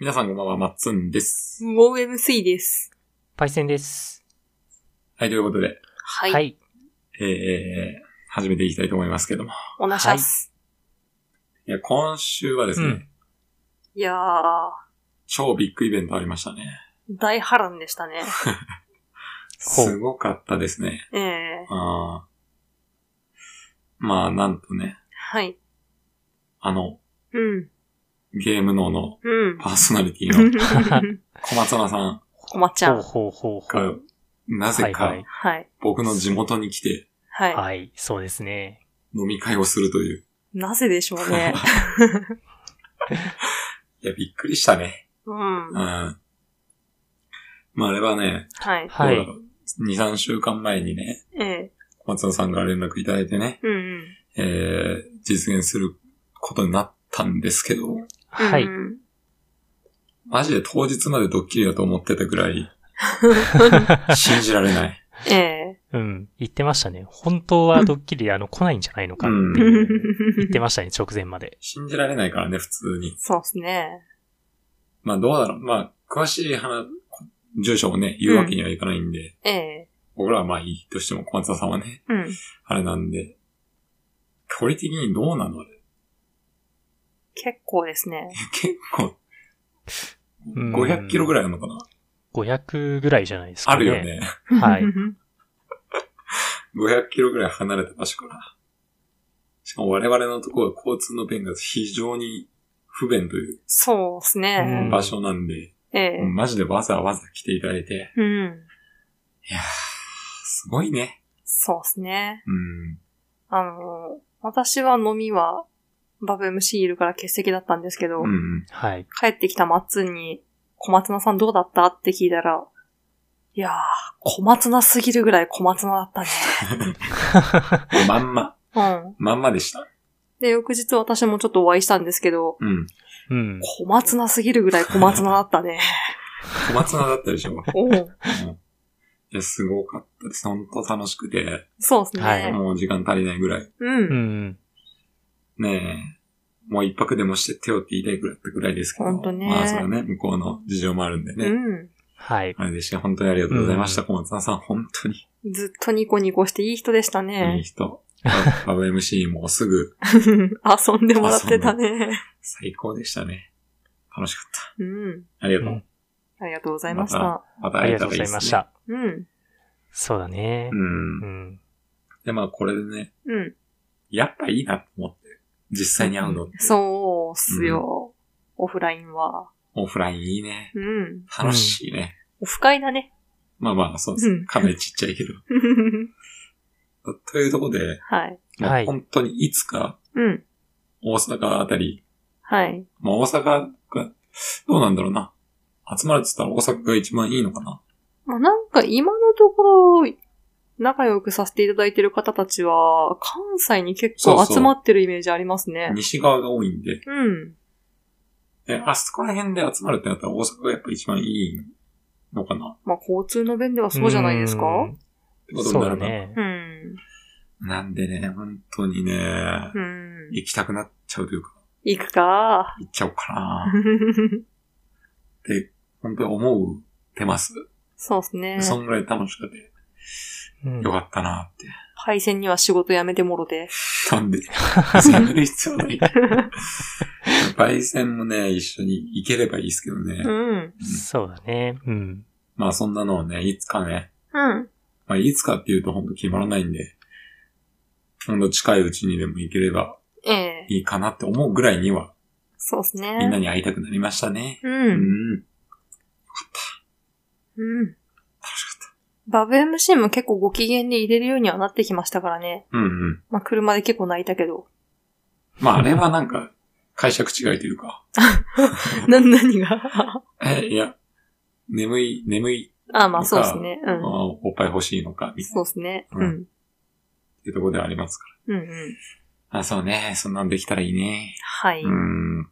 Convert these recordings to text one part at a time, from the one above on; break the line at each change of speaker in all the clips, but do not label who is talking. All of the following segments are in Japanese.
皆さんこんばんは、まっつんです。
もう MC です。
パイセンです。
はい、ということで、
は。
はいい。
えー、始めていきたいと思いますけども。
おなしゃす。
いや、今週はですね、
うん
い、や
超ビッグイベントありましたね。
ー、大波乱でしたね。
ほう
すごかったですね。
ええ
あーまあ、なんとね、
はい。
あの、
うん。
ゲーム脳の
うん。
パーソナリ ティの
こ
小松菜さん
まちゃ。
ほうんほうほうほ
が
う。、
なぜ
は
か
いはい
はい。
僕の地元に来て
はい。
はい、そうですね。
飲み会をするという。
なぜでしょうね。
いや、びっくりしたね。
うん。
うん。
は
まあ、あれはね、
い。
は
どう
い
だ。ろう2、3週間前にね、
ええ
小松菜さんから連絡いただいてね、
うんうん。
えー、実現することになったんですけど、
は
う
い。
ん
マジで当日までドッキリだと思ってたぐら い、信じられない。
ええ
うん。言ってましたね。本当はドッキリ、あの、来ないんじゃないのかっていう。言ってましたね、直前まで。
信じられないからね、普通に。
そうですね。
まあどうだろう。まあ、詳しい話、住所をね、言うわけにはいかないんで、
ええ
僕らはまあいいとしても小松田さんはね、
うん。
あれなんで、距離的にどうなのあれ
結構ですね。
結構、
うん
500キロぐらいあるのかな、
500ぐらいじゃないですか、ね。
あるよ。ね。
はい。
500キロぐらい離れた場所から。しかも我々のところは交通の便が非常に不便という
そうですね
うん。
場所なんで、
え
もう
え
マジでわざわざ来ていただいて、
うん。
いやー、すごいね。
そうですね。
うん。
あの、私は飲みは、バブ MC いるから欠席だったんですけど、
うんうん。
はい。
帰ってきたマッツンに、小松菜さんどうだったって聞いたら、いやー、小松菜すぎるぐらい小松菜だ ったね。
まんま、
うん。
まんまでした。
で、翌日私もちょっとお会いしたんですけど、
うん。
うん。
小松菜すぎるぐらい小松菜だった ね。
小松菜だったでしょ。うん
おう
いや、すごかったです。ほんと楽しくて、
そうですね。
はい
もう時間足りないぐらい。
うん。
うん。
ねえ。もう一泊でもして手をって言いたいぐらいだったぐらいですけど。
ほんとね
まあ、それはね、向こうの事情もあるんでね。
うん
はい。
あれでした。本当にありがとうございました。小松菜さん、本当に。
ずっとニコニコしていい人でした
いい
ね。
人。バブ MC もすぐ
遊んでもらってたね。
最高でしたね。楽しかっ
うん。
た。ありがとう。
うん
ありがとうございまし
ま
た。
また
あ
会
り
え
がと
た
う
らい
ご
い
ざ
で
いますし
ね。
た。
うん。
そうだね
う。。
うんん。
で、まあこれでね、
うん。
やっぱいいなと思って、実際に会うの、
そうっすよ。オフラインは。
オフラインいいね。
うん。
楽しいね。
オフ会だね。
まあまあ、そうで
う
す。
ん
かなりちっちゃいけど。というところで、
はい。
まあ
はい
本当にいつか
うん。
大阪あたり、
はい。
まあ大阪が、どうなんだろうな。集まるって言ったら大阪が一番いいのかな。
まあ、なんか今のところ、仲良くさせていただいてる方たちは、関西に結
そ
構
うそう
集まってるイメージありますね。
西側が多いんで、
うん。
え、あそこら辺で集まるってなったら大阪がやっぱ一番いいのかな
まあ、交通の便ではそうじゃないですか
うん
ってことに
そう
な
だ
るな。
ね
う。ん。
なんでね、本当にね、
うん。
行きたくなっちゃうというか、
行くか。
行っちゃおうかなって、本当に思うてます。
そうっすね。
そんぐらい楽しくて、
うん
よかったなって。
配線には仕事辞めてもろて。
なんで、やめる必要ない。焙煎もね、一緒に行ければいいですけどね。
うん。
そうだね。うん。
まあそんなのをね、いつかね、
うん。
まあいつかっていうと本当決まらないんで、ほんと近いうちにでも行ければ
ええ
いいかなって思うぐらいには、
そうっすね。
みんなに会いたくなりましたね。
う。
うんん。
うん。
楽しかっ
バブ MC も結構ご機嫌で入れるようにはなってきましたからね。
た。うんうん。
まあ、車で結構泣いたけど。
まああれはなんか、 解釈違いというか、
な、何 が
え、いや、眠い、眠い、
ああ、まあ、そうですね。う
あ
ん。
おっぱい欲しいのか、みたい
そ
な
うですね。
う
うんん。
っていうところではありますか
うんうん。
ら。あ、そうね。そんなんできたらいいね。
はい。
うん。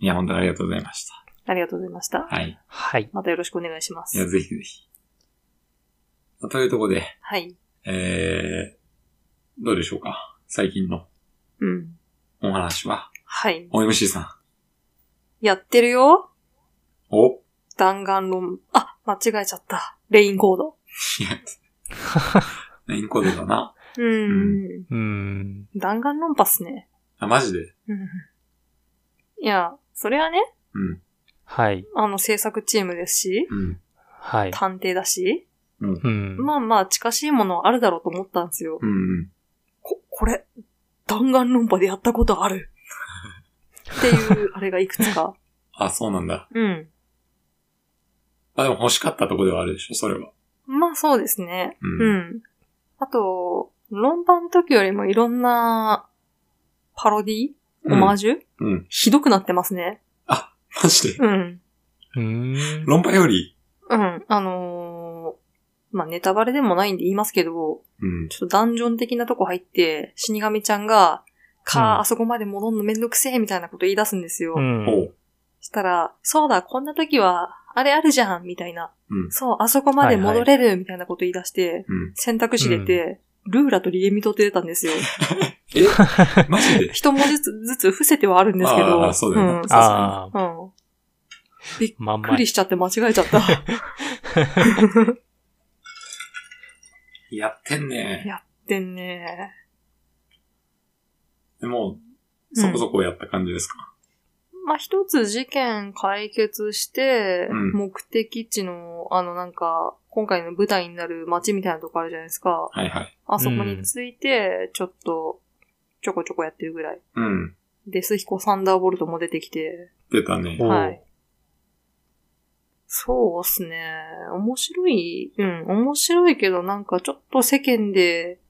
いや、本当にありがとうございました。
ありがとうございました。
はい。
はい。
またよろしくお願いしま
いや、
す。
ぜひぜひ。というところで、
はい。
えー、どうでしょうか最近の
うん。
お話は、
はい。
お MC さん。
やってるよ
お
弾丸論、あ、間違えちゃった。レインコード。
いや、レインコードだな。
うーん。
うーん。
弾丸論破っすね。
あ、マジで
うんいや、それはね、
うん、
はい。
あの制作チームですし、
うん、
はい。
探偵だし、
うん。
まあまあ近しいものあるだろうと思ったんですよ。
うん、
こ、これ、弾丸論破でやったことある。っていう、あれがいくつか。
あ、そうなんだ。
うん。
あ、でも欲しかったとこではあるでしょ、それは。
まあそうですね。
う。
うんん。あと、論破の時よりもいろんな、パロディオマージュ、
うん。うん。
ひどくなってますね。
マジで。
うん。
うーん。
論破より、
うん。あのーまあ、ネタバレでもないんで言いますけど、
うん。
ちょっとダンジョン的なとこ入って、死神ちゃんが、か、
うん
あそこまで戻んのめんどくせえみたいなこと言い出すんですよ。
うん。
おう。
したら、そうだ、こんな時は、あれあるじゃんみたいな。
うん。
そう、あそこまで戻れるみたいなこと言い出して、
うん。
選択肢出て、ルーラとリエミトって出た んですよ。
えマジで
一文字ずつ伏せてはあるんですけど。
あーそうだよな
うん
ああ、
うん。
まん
びっ
ま
くり
い。
しちゃって間違えちゃった。
やってんね。
やってんね。
でも、そこそこやった感じですか。
まあ、一つ事件解決して、
うん
目的地の、あのなんか、今回の舞台になる街みたいなとこあるじゃないですか。
はいはい。
あそこについて、ちょっと、ちょこちょこやってるぐらい。
うん。
デスヒコサンダーボルトも出てきて。
出たね。
おう
はい。そうっすね。面白い。うん、面白いけど、なんかちょっと世間で、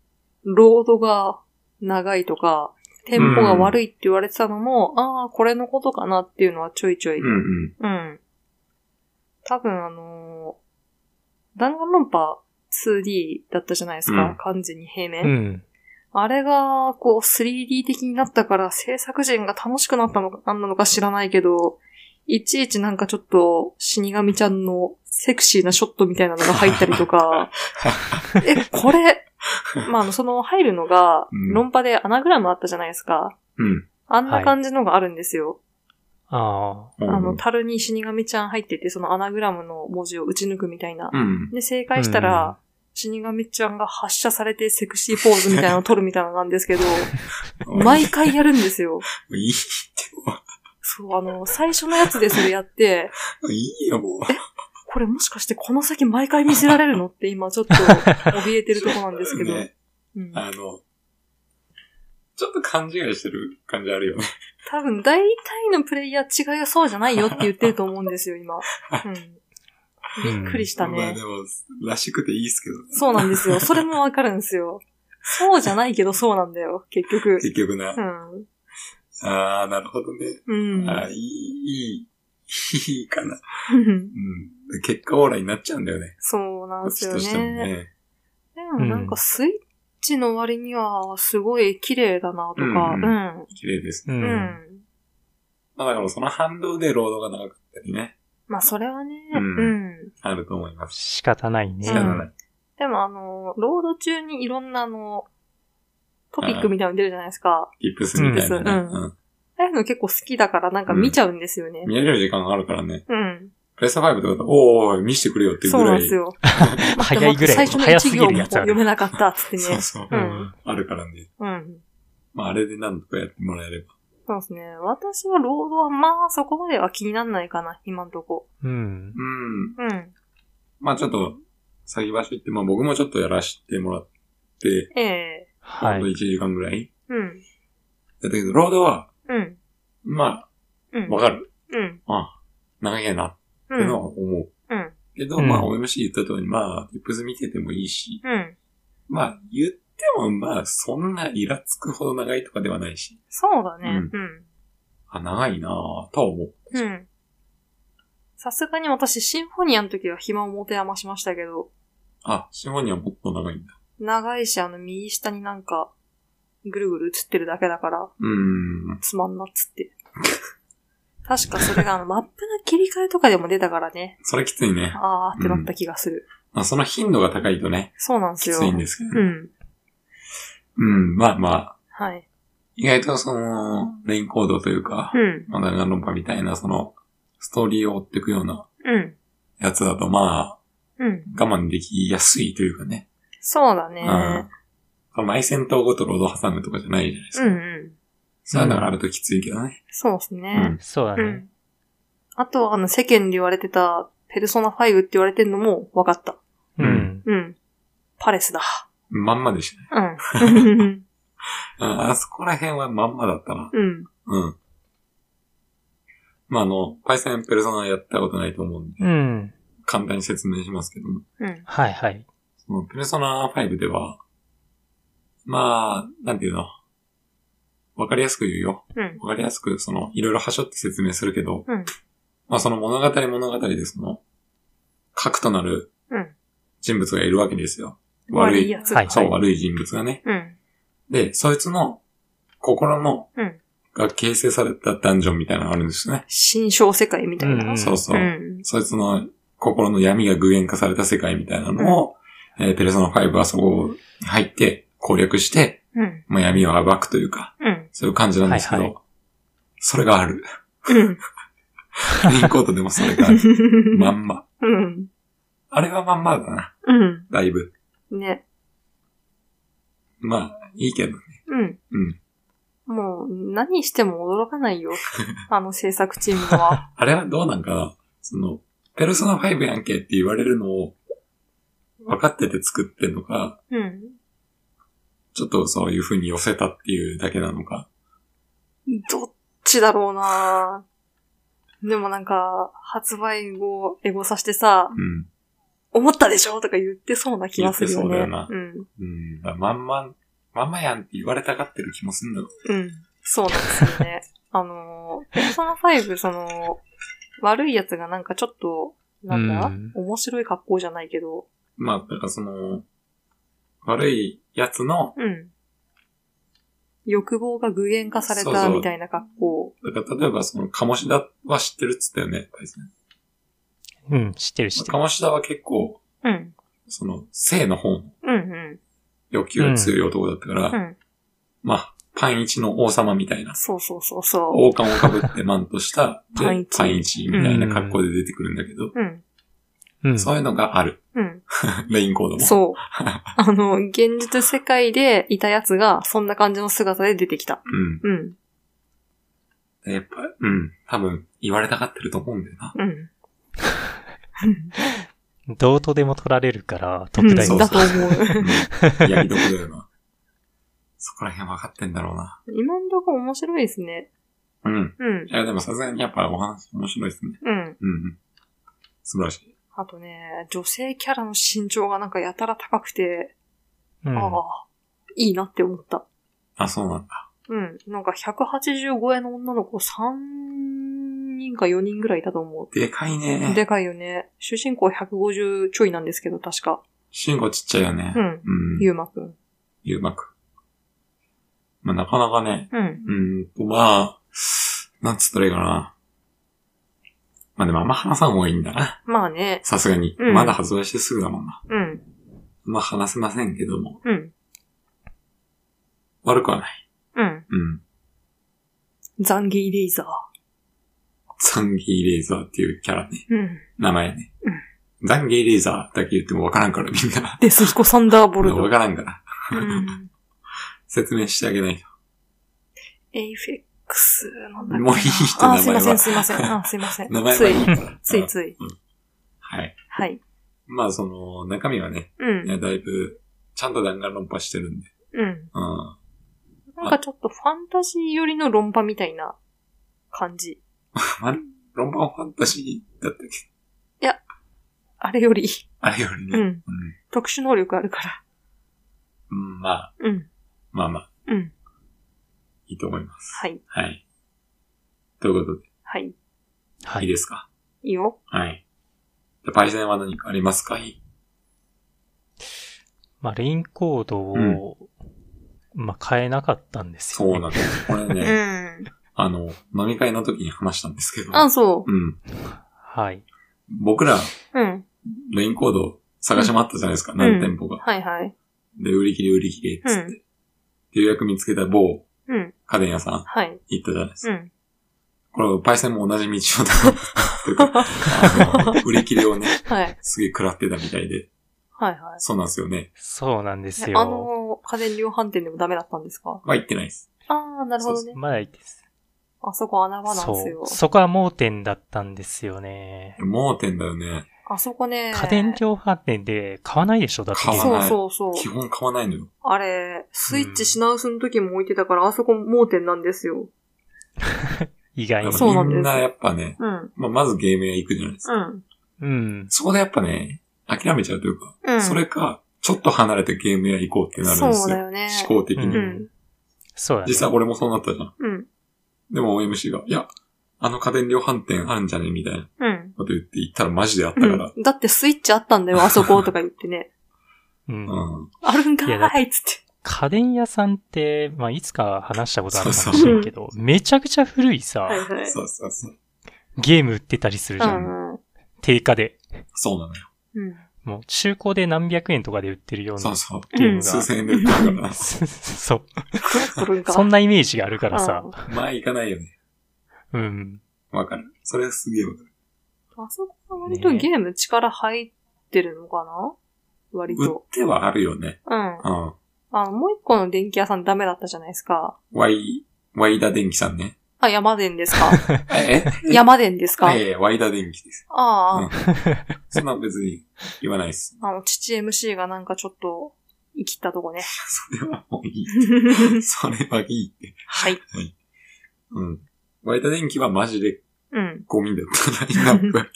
ロードが長いとか、テンポが悪いって言われてたのも、ああ、これのことかなっていうのはちょいちょい。
うんうん。
うん。多分あのー、弾丸論破 2D だったじゃないですか。
うん
完全に平面。
うん。
あれが、こう 3D 的になったから制作陣が楽しくなったのか、なんなのか知らないけど、いちいちなんかちょっと死神ちゃんのセクシーなショットみたいなのが入ったり とか、え、これ、まああの、その入るのが
うん、
論破でアナグラムあったじゃないですか。
うん。
あんな感じのがあるんですよ。
あ
うん
あの、樽に死神ちゃん入ってて、そのアナグラムの文字を打ち抜くみたいな。
うん。
で、正解したら、死神ちゃんが発射されてセクシーポーズみたいなのを撮るみたいなのなんですけど、毎回やるんですよ。
おいいい
そう、あの、最初のやつでそれやって、
よ、いいよ、もう。
これもしかしてこの先毎回見せられるのって今ちょっと怯えてるとこなん ですけ ど。
ね、
うん、
あの、ちょっと勘違いしてる感じあるよね。
多分大体のプレイヤー違いがそうじゃないよって言ってると思うんですよ、今。うん、びっくりした
まあ
ね
で。も、らしくていいですけどね。
そうなんですよ。それもわかるんですよ。そうじゃないけどそうなんだよ、結局。
結局な
う。ん。
ああ、なるほどね。
うん。
あーいい、いい、いいかな。
うん
うん。結果オーラになっちゃうんだよね。
そうなん
こっ
です
ち
よ
としても
ね。
ね。
でもなんかスイッチの割にはすごい綺麗だなとか、
う
うんん。
綺麗ですね。
あ。う。
うんん。
まあだからその反動で労働が長かったりね、
まあそれはね、
う
うんん。
あると思います。
仕方ないね
仕。方
う
ない。
でもあの、ロード中にいろんなあの、トピックみたいなの出るじゃないですか。
リップスみたいなね。
うんああいうの結構好きだからなんか見ちゃうんですよね
うん。見。られる時間があるからね。
うん。
プレステ5とかだと、おーおい、見してくれよっていう
そう
ぐ
なん
ら
で
い。
すよ。
早いぐ
で
ら
最
い。
初の
早
一
すぎ
行
る
も
やつあ
読
る。
めなかったっつって
そう
ね。
そう。
うん
あるからね。
うん。
まあ、あれで何とかやってもらえれば。
そうですね。私はロードはまあそこまでは気になんないかな、今んとこ。
うん。
うん。
うん。
まあ、ちょっと、先走って、まあ僕もちょっとやらせてもらって、
ええ
ほ
は
んと
い。
1時間ぐらい。
うん。
だけど、ロードは、
うん。
ま
うん。
あ、わかる。
うん。
長いな、っ
う
て
ん。
のは思う。
うん。
けど、
うん
まあ、OMC 言った通り、まあ、リップス見ててもいいし、
うん。
まあ、言っても、まあ、そんなイラつくほど長いとかではないし、
そうだね。うん。
あ、長いなぁ、とは思う。
うん。さすがに私、シンフォニアの時は暇を持て余しましたけど、
あ、シモにはもっと長いんだ。
長いし、あの、右下になんか、ぐるぐる映ってるだけだから、
うーん。
つまんなっつ って。確かそれが、あの、マップの切り替えとかでも出たからね、
それきついね。
あーってなった気がする。
まあ、その頻度が高いとね、
そうなんです
き
よ。
ついんですけど、
う
ね。
ん。
うん、まあまあ、
はい。
意外とその、レインコードというか、
うん。
まあ、長野パみたいな、その、ストーリーを追っていくような
うん。
やつだと、ま
うん。
あ、我慢できやすいというかね。
そうだ
うん
ね。。
その内戦闘ごとロード挟むとかじゃないじゃないです
う
か。
んうん。
そういうのがあるときついけどね。
そうですね。
そうだ
う
ね。
ん。あと、あの、世間で言われてた、ペルソナ5って言われてるのも分かった。
うん
う
う
ん。
ん。パレスだ。
まんまでしたね。
うん。
うんあそこら辺はまんまだったな。
うん。
うん。まあ、あの、パイセンペルソナやったことないと思うんで、
うん。
簡単に説明しますけども、
うん。
はいはい。
そのペルソナ5では、まあ、なんていうの、わかりやすく言うよ。
うん。
わかりやすく、その、いろいろ端折って説明するけど、
うん
まあその物語物語でその、核となる
うん
人物がいるわけですよ。悪
悪い
い、
やつ。
はい
そう、悪い人物がね。
うん。
で、そいつの心の、
うん
が形成されたダンジョンみたいなのがあるんですよね。
新小世界みたいな。
うん
そうそう。
うん。
そいつの心の闇が具現化された世界みたいなのを、えーペルソナ5はそこに入って攻略して、
うん。
まあ、闇を暴くというか、
うん。
そういう感じなんですけど、
はい
それがある。
うん。
レインコートでもそれがある。まんま。
うん。
あれはまんまだな。
う
だいぶ。
ん。ね。
まあ、いいけどね。
うん。
うん。
もう、何しても驚かないよ。あの制作チームは。
あれはどうなんかなその、ペルソナ5やんけって言われるのを、分かってて作ってんのか、
うん。
ちょっとそういう風に寄せたっていうだけなのか。
どっちだろうなでもなんか、発売後、エゴさしてさ、
うん。
思ったでしょとか言ってそうな気がするよね。
言ってそうだよな
うん。
うん。だからまんま、まんまやんって言われたがってる気もするんだろ
うん。そうなんですよね。 あのー、ペルソナ5、その、悪いやつがなんかちょっと、なんだ、
うん
面白い格好じゃないけど、
う。まあ、だからその、悪いやつの、
うん。欲望が具現化され
そう
た
そう
みたいな格好。
だから例えばその、鴨志田は知ってるっつったよね。
うん、知ってる知ってる。
鴨志田は結構、
うん。
その、性の方の
うんうん。
欲求が強い男だったから、
うん。
まあ、パンイチの王様みたいな、
そうそうそうそ
王冠をかぶってマントした、で
パンイチ
パンイチみたいな格好で出てくるんだけど、
う。うん。
うん。
そういうのがある。
うん。
レインコードも。
そう。 あの、現実世界でいたやつが、そんな感じの姿で出てきた。
うん
うん。
で。やっぱ、うん。多分、言われたがってると思うんだよな。
うん。
どうとでも 取られるから、
うん
特大
そう
の
だと思う。
うん。やりどころだよな。 そこら辺分かってんだろうな。
今んとこ面白いですね。
うん。
うん
い。や、でもさすがにやっぱお話面白いですね。
うん。
うんうん。素晴らしい。
あとね、女性キャラの身長がなんかやたら高くて、
うん。
ああ、いいなって思った。
あ、そうなんだ。
うん。なんか185円の女の子3人か4人ぐらいいたと思。
でかいう
で
ね。
かいよね。主人公150ちょいなんですけど、確か。
シンゴちっちゃいよね。。
うんん。
うん。
ゆうまくん。
ゆうまく。まあ、なかなかね、
うん。
うーんと、まあ、なんつったらいいかな。まあでもあんま話さん方がいいんだな。
まあね。
さすがに。
うん
まだ発売してすぐだもんな。
うん。
まあ話せませんけども。
うん。
悪くはない。
うん。
うん。
ザンギーレイザー。
ザンギーレーザーっていうキャラね。
うん。
名前ね。ザンギーレーザーだけ言ってもわからんからみんな。
デスヒコサンダーボル
わ
ド。
からんから。
うん。
説明してあげないと。
エイフェックスなんだっけな
もういいって
あ、
名
すい
前
ません、
は。
すいません。あ、すいません。
名前
つ
はいい、いから。
つ
うん
いつい。
はい。
はい。
まあその、中身はね、
うん。
ねだいぶ、ちゃんと弾丸論破してるんで。
うん。
うん。
なんかちょっとファンタジー寄りの論破みたいな感じ。
ロンバンファンタジーだったっけ
あれより。
あれより
う
ね。
ん。特殊能力あるか
うん、うんまあ、
ら。うん。
まあまあ、
うん。
いいと思います。
はい。
はい。ということで、
はい。
はい
い
い。
ですか
いいよ。
はい。でパイセンは何かありますかい
まあ、レインコードを、まあ、変えなかったんです
そう
よ、
な
ね。
んです。これ
う
ね、
ん。
あの、飲み会の時に話したんですけど、
あ、そ
うん。
はい。
僕ら、
う。うん。
レインコード探し回ったじゃないですか、
ん
何店舗が。
はいはい。
で、売り切れ売り切れっつって。
う
で、予約見つけた某
うん。
家電屋さん
はい。
行ったじゃないです
う
か。
ん。
これ、パイセンも同じ道をたどっていう か、あの売り切れをね、
はい。
すげえ食らってたみたいで。
はいは
そうなんですよね。
そうなんです
い。あ
よ。
の、家電量販店でもダメだったんですか
まあ、行ってないです。
ああ、なるほどね。
まだいいです。
あそこ穴場なんです
そ
よ
う。。そこは盲点だったんですよね。
盲点だよね。
あそこね。
家電量販店で買わないでしょだって。
買わ
そ
な
う
い
そうそう。
基本買わないのよ。
あれ、スイッチ品薄の時も置いてたから、あそこ盲点なんですよ。
意外
だ
に。
か
そうな
ら
んです
みんなやっぱね、
うん。
まあ、まずゲーム屋行くじゃないですか。
うん。
うん。
そこでやっぱね、諦めちゃうというか、
うん。
それか、ちょっと離れてゲーム屋行こうってなるんで
そう
す
だ
よ。
よね。
思考的に。
うんん。
そうだね
実。際俺もそうなったじゃん。
うん。
でも OMC が、いや、あの家電量販店あるんじゃねみたいな
うん。
こと言って行ったらマジであった
う
から。
んだってスイッチあったんだよ、あそことか言ってね。
うん。
うん。
あるんか
いやだっ
ーいっつって。
家電屋さんって、まあ、いつか話したことあるかもしれんけど、めちゃくちゃ古いさ、
はいはい。
そうそうそう。
ゲーム売ってたりするじゃん。
うんうん。
定価で。
そうなのよ。
うん。
もう中古で何百円とかで売ってるよう
そ
な
うそう。
ゲーム
数
が。。
千円で売ってるから
そう。
あるんか。
そんなイメージがあるからさ。
まあ行かないよね。
うん。
わかる。それはすげえわかる。
うん。あそこは割とゲーム力入ってるのかな割
売っ
と。
てはあるよね。
うん。
うん。
あ、もう一個の電気屋さんダメだったじゃないですか。
ワイ、ワイダ電気さんね。
あ、山電です か
え
山電ですか、
ええ、ワイダ電気です。
ああ、
うんそんな別に言わないです。
あの、父 MC がなんかちょっと、生きった とこね。
それはもうい い。それはいいって。
はい。
うん。ワイダ電気はマジで
うん。
ゴミだったラインナップ。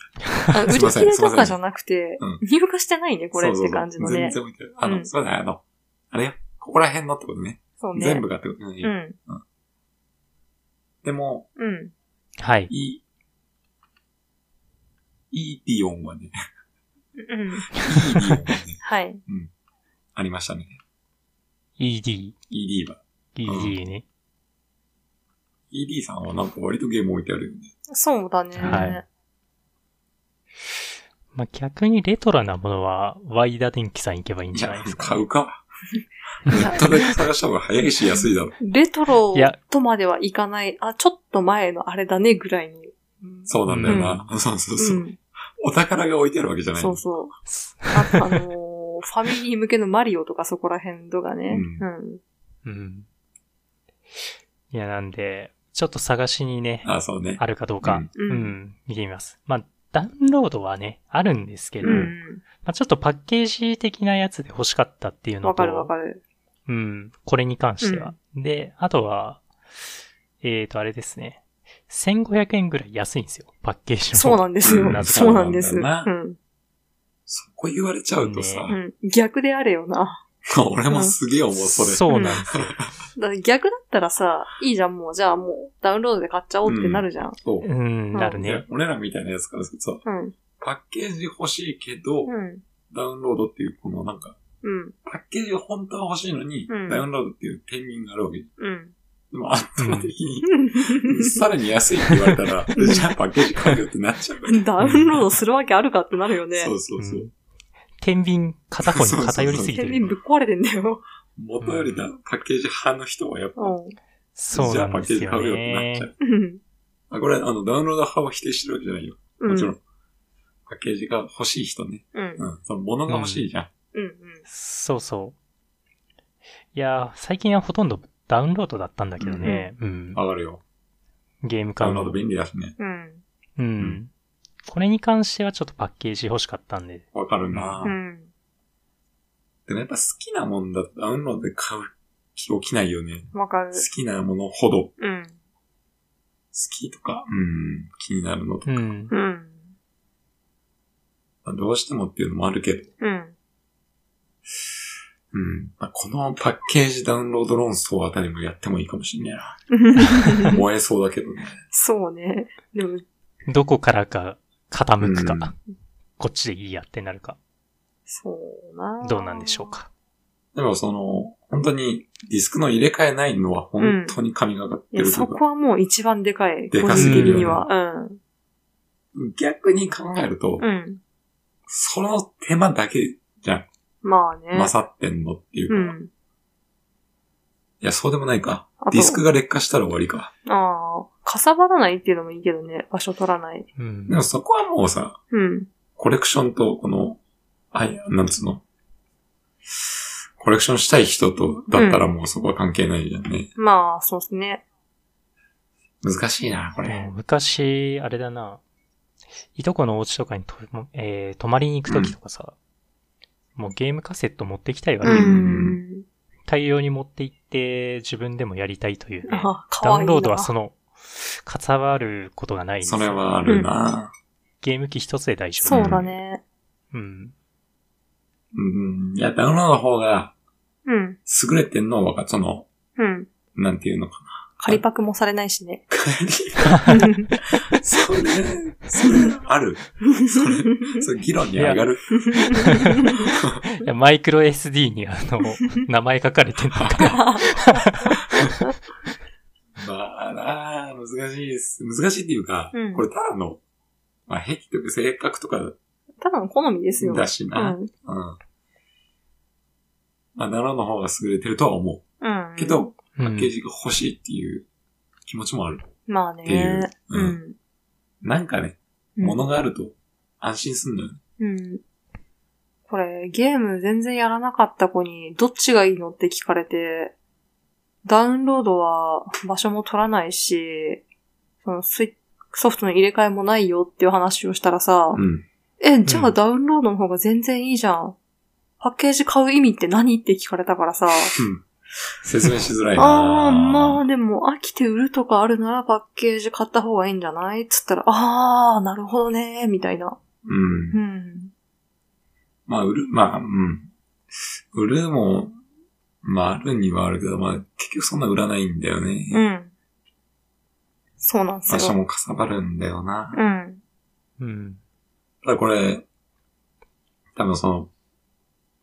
あ売
す
り
いませ
切
ん
れとかじゃなくて
すいま、
入荷してないね、 これっ
そうそう
て
そう
感じのね
全。然置いてる。あの、
うん
そうだね、あの、あれよここら辺のってことね。
そうね。
全部がってことね。
うん。
でも、
うん。
はい。
いい、いいディオンは ね、
う
いいディオ
ん。
ンはね、
はい。
ありましたね。
ED。
ED は。
ED ね。
ED さんはなんか割とゲーム置いてあるよね。
そうだね。
はいまあ、逆にレトロなものは、ワイダ電機さん行けばいいん
い
じゃない
や
です、か
買
ね。
うか。
い
ネ
や
ットで探した方が早いし安いだろう。
レトロ
いや
とまではいかない、あ、ちょっと前のあれだねぐらいの。うん
そうなんだよな。そうそうそうう、
ん。
お宝が置いてあるわけじゃない。
そうそう。ああのーファミリー向けのマリオとかそこら辺とかね。
う
うん。
うん。いや、なんで、ちょっと探しにね、
あ、そうね。
あるかどうか、
うん
うん、
うん。
見てみます。まあ、ダウンロードはね、あるんですけど、
う
ま
ん。
あ、ちょっとパッケージ的なやつで欲しかったっていうのと、
わかるわかる。
うん、これに関しては。で、あとは、えーと、あれですね。1500円ぐらい安いんですよ、パッケージの。
そうなんですよ
うんな。ぜか
そうなんです。う
なんだ
ん。
そこ言われちゃうとさ、
うん。逆であれよな。
俺もすげえ思う、それ。
そうなんですよ。
だって逆だったらさ、いいじゃん、もう。じゃあもう、ダウンロードで買っちゃおうってなるじゃん。
そう
うん、なる
ね
ね。
俺らみたいなやつからするとさ、
うん。
パッケージ欲しいけど、
うん。
ダウンロードっていう、このなんか、
うん。
パッケージが本当は欲しいのに、
うん
ダウンロードっていう天秤があるわけ。で
うん。
も圧倒的に、さらに安いって言われた ら、
うん
じゃあパッケージ買うよってなっちゃうから。
ダウンロードするわけあるかってなるよね。
そうそうそうう。
ん天秤、片方に偏りすぎて
天秤
る。
ぶっ壊れてんだよ。
元よりだ、パッケージ派の人はやっぱ、
うん。
そう
じゃ
な
あ
ん
パッ
で
ケー
す
ジ買
よ
うよってなっ
ね
ちゃ。う。
うん。
あこれ、あの、ダウンロード派を否定してるわけじゃないよ。
うん
もちろん。。パッケージが欲しい人ね。
うん。
うん。その物が欲しいじゃん。
うん。
そうそう。いやー、最近はほとんどダウンロードだったんだけどね。うん。
わ、かるよ。
ゲーム
ダ
買
ウ
う
ンロー
の
ド。便利だしね。
うん。
う
うん
ん。これに関してはちょっとパッケージ欲しかったんで。
わかるなぁ、
うん。
でもやっぱ好きなもんだとダウンロードで買う気起きないよね。
わかる
好。きなものほど好
うん。
きとか、うん、気になるのとか、
うん。
うん。
まあどうしてもっていうのもあるけど、
うん。
うん。まあ、このパッケージダウンロード論争あたりもやってもいいかもしんねえな。燃えそうだけどね。
そうね。でも、
どこからか傾くか、
うん
こっちでいいやってなるか、
そうな。
どうなんでしょう。か。
でもその、本当にディスクの入れ替えないのは本当に神がかっ
い
て
や、
ると
そ
か、
こはもう一番でかい。
で
かすぎる
個人的には。
逆に考えると、
うん。うん。
その手間だけじゃん。
まあね。
勝ってんのっていうか。
う
い
ん。
や、そうでもないか。
あと
ディスクが劣化したら終わりか。
ああ、かさばらないっていうのもいいけどね。場所取らない。
うん
で。もそこはもうさ、
うん。
コレクションと、この、はい、なんつうの。コレクションしたい人と、だったらもうそこは関係ないじゃんね。
まあ、そうですね。
難しいな、これ
もう。昔、あれだな、いとこのお家とかにと、もえー泊まりに行くときとかさ、もうゲームカセット持ってきたいわ
う
け、
ん
ん。
大量に持って行って、自分でもやりたいというね。
あ、か
ダ
わ
ウ
いいな。
ンロードはその、かさわることがないんです
そ
よ
れはあるな。
ゲーム機一つで大丈夫。
そうだね。
うん。
うん。いや、ダウンロードの方が、
うん。
優れてんのは分かる。その、
うん。
なんていうのかな。
仮パクもされないし ね。
それ、それ、ある。それ、それ議論に上がる。
いやマイクロ SD にあの、名前書かれて るから。
まあなあ、難しいです。難しいっていうか、
うん
これただの、まあ、癖というか性格とか
ただの好みですよ。
だし
う
な。う
ん。
ん。まあ、奈良の方が優れてるとは思
うん。
う。けど、
う
パ
ん
ッケージが欲しいっていう気持ちもある。
まあ
っていう
ね。
う
うん。
なんかね、
うん
物があると安心すんのよね。
うん。これ、ゲーム全然やらなかった子に、どっちがいいのって聞かれて、ダウンロードは場所も取らないし、そのスイソフトの入れ替えもないよっていう話をしたらさ、
うん。
え、じゃ
う
あ
ん
ダウンロードの方が全然いいじゃん。パッケージ買う意味って何って聞かれたからさ、
うん説明しづらいな
ああ、まあでも飽きて売るとかあるならパッケージ買った方がいいんじゃないっつったら、ああ、なるほどね、みたいな。
うん
う。ん。
まあ、売る、まあ、うん。売るも、まあ、あるにはあるけど、まあ、結局そんな売らないんだよね。
うん。そうなんです
場所
よ。
もかさばるんだよな。
うん。
うん。
ただこれ、多分その、う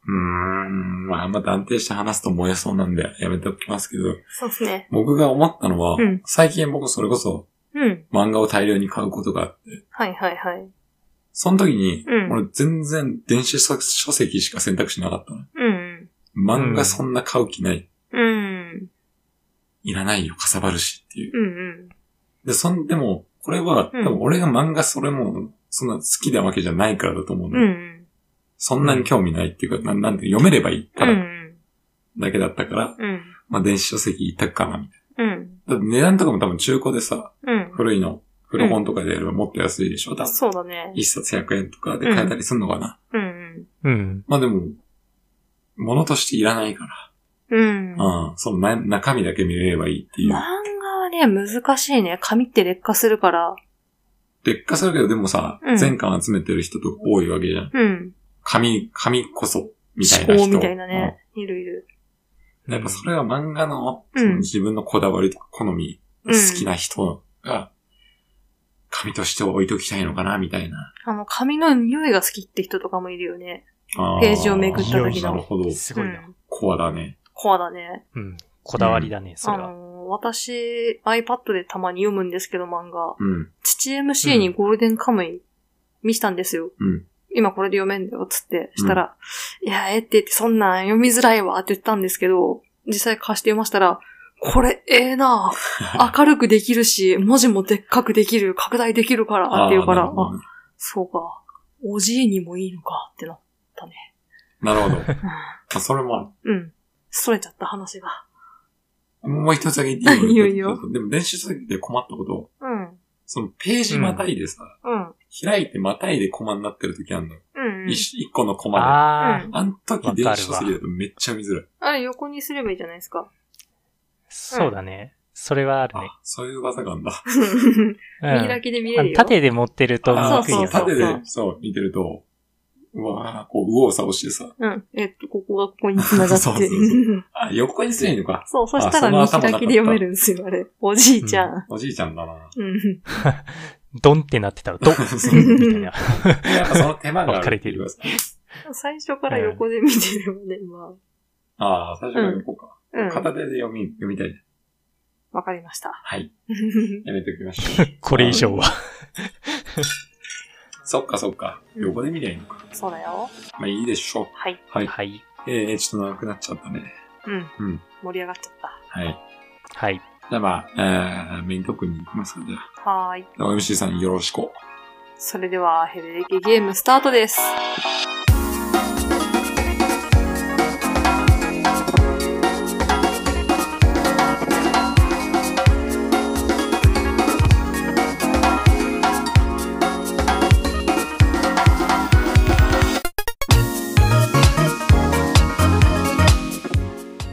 ーん、まああんま断定して話すと燃えそうなんでやめておきますけど、
そうですね。
僕が思ったのは、
うん
最近僕それこそ
うん。
漫画を大量に買うことがあって、
はいはいはい。
その時に、
うん
俺全然電子書書籍しか選択肢なかったの。
うん。
漫画そんな買う気ない。
うん。
いらないよ、かさばるしっていう。
うんうん。
で、そん、でも、これは、
うん
多分俺が漫画それも、そんな好きなわけじゃないからだと思うの
う
よ、
ん。
そんなに興味ないっていうか、なんなんて読めればいいか
うん。う
ら、
ん。
だけだったから、
うん。
まあ、電子書籍一択かな、みたい
うん。
な。だって値段とかも多分中古でさ、
うん。
古いの、古本とかでやればもっと安いでしょ、多分。
そうだね。
一冊100円とかで買えたりすんのかな。
うん。
うん。
まあでも、物としていらないか
うん。漫
ら。うん。そのな中身だけ見れればいいっていう。
画はね、難しいね。紙って劣化するから。
劣化するけど、でもさ、
うん
全巻集めてる人とか多いわけじゃん。
うん。
紙、紙こそ、みたいな
思
人。
考みたいなね。いるいる。
うん。やっぱそれは漫画の、
うん
その自分のこだわりとか好み、
うん
好きな人が、紙として置いときたいのかな、みたいな。
あの、紙の匂いが好きって人とかもいるよね。
あ
ページをめく
った時
の
なるほど。
すごいな。
うん。
コアだね。
コアだね。
うん。こだわりだね、そ
あ
れは。
の、私、iPad でたまに読むんですけど、漫画。
うん。
父 MC にゴールデンカムイ見したんですよ。
うん
今これで読めんだよ、つって。したら、いや、えって言って、そんなん読みづらいわ、って言ったんですけど、実際貸して読ましたら、これ、ええなぁ明るくできるし、文字もでっかくできる、拡大できるから、って言うから、
あー
あ、そうか。おじいにもいいのか、ってな。
なるほどね。なるほど。あそれもある
うん。それちゃった話が。
もう一つだけ言っていい
いいよいいよ
そうそう でも練習するで困ったこと、
うん。
そのページまたいでさ、
うん。
開いてまたいでコマになってる時あるの。
うん、うん。
一、一個のコマ
ああ、
う
で。
ん
あの時電子書籍だとめっちゃ見づらい。
あれ、横にすればいいじゃないですか。
そうだね。それはあるね。
あ、そういう技があるんだ。
うん
見開きで見れる
あ
よ。
縦で持ってると見
あ
に
ー
くい
そ、
そううそう
よ
そう
縦で、そう、見てると、うわぁ、こう、右往左往してさ、
うん。えっと、ここがここに繋がって。
そうそうそうあ、横にすりゃいいのか。
そう、そしたら見開きで読めるんですよ、あれ。おじいちゃん。
おじいちゃんだ な
うん。
ドンってなってたら、ドンみたい な。
やっぱその手間がある。
分かれてる。
最初から横で見てればね、ま
ああ、最初から行こうか。
あ。うん。
片手で読み、読みたいね。
わかりました。
はい。
うん
やめておきましょ う。
これ以上は。
そっかそっか。横で見りゃいいのか。
そうだよ。
まあいいでしょう。
はい。
はい。
はい。
えー、ちょっと長くなっちゃったね。
うん。
うん。
盛り上がっちゃった。
はい。
はい。
じゃあまあ、えー、メイントークに行きますか、じゃあ。
はーい。
MC さんよろしく。
それでは、ヘベレケゲームスタートです。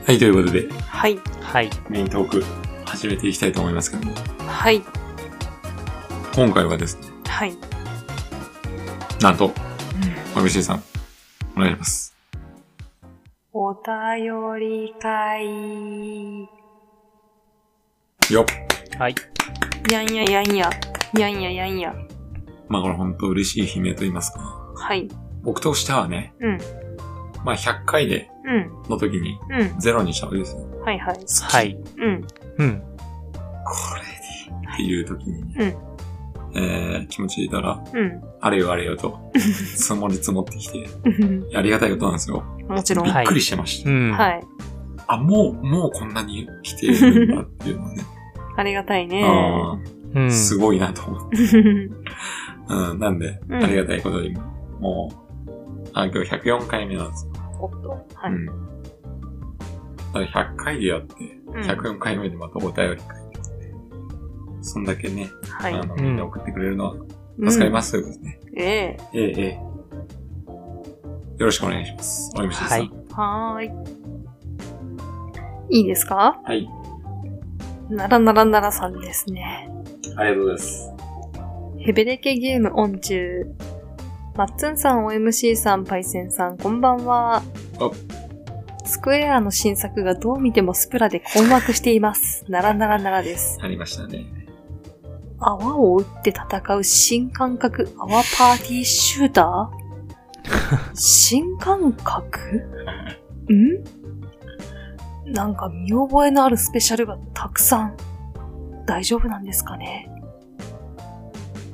はい、ということで、
はい。
はい。
メイントーク始めていきたいと思いますけども、
はい。
今回はですね、
はい。うん
なんと、MC さん、お願いします。
お便り会。
よっ。
はい。
やんややんや。やんややんや。
まあこれ本当嬉しい悲鳴と言いますか。
はい。
僕としてはね、
うん。
まあ100回で、
うん。
の時に
う
ゼロにしたわけですよ。
ん。はいはい。
はい。
うん。
うん。
これで、っていう時にね、えー、気持ちいいたら、
うん。
あれよあれよと、積もり積もってきて、
うん
ありがたいことなんですよ。
もちろん。
び
は
っくりしてました。
うん。
い。
あ、もう、もうこんなに来てるんだっていうのは ね、
ありがたいね。
あ
うん。
ーすごいなと思って。
うん
うん、なんで、
うん
ありがたいことに、もう、あ、今日104回目なんですよ。
おっと。は
う
い。
ん。だから100回でやって、104回目でまたお便り書いて、そんだけね、
は
あ
い。。
の、
うん
みんな送ってくれるのは助かりますすということですね。
ええ。
ええ、ええ。よろしくお願いします。お MC さん。
はい。
はーい。いいですか
はい。
ならならならさんですね。
ありがとうございます。
ヘベレケゲームオン中。マッツンさん、OMC さん、パイセンさん、こんばんは。スクエアの新作がどう見てもスプラで困惑しています。ならならならです。
ありましたね。
泡を打って戦う新感覚泡パーティーシューター新感覚んなんか見覚えのあるスペシャルがたくさん。大丈夫なんですかね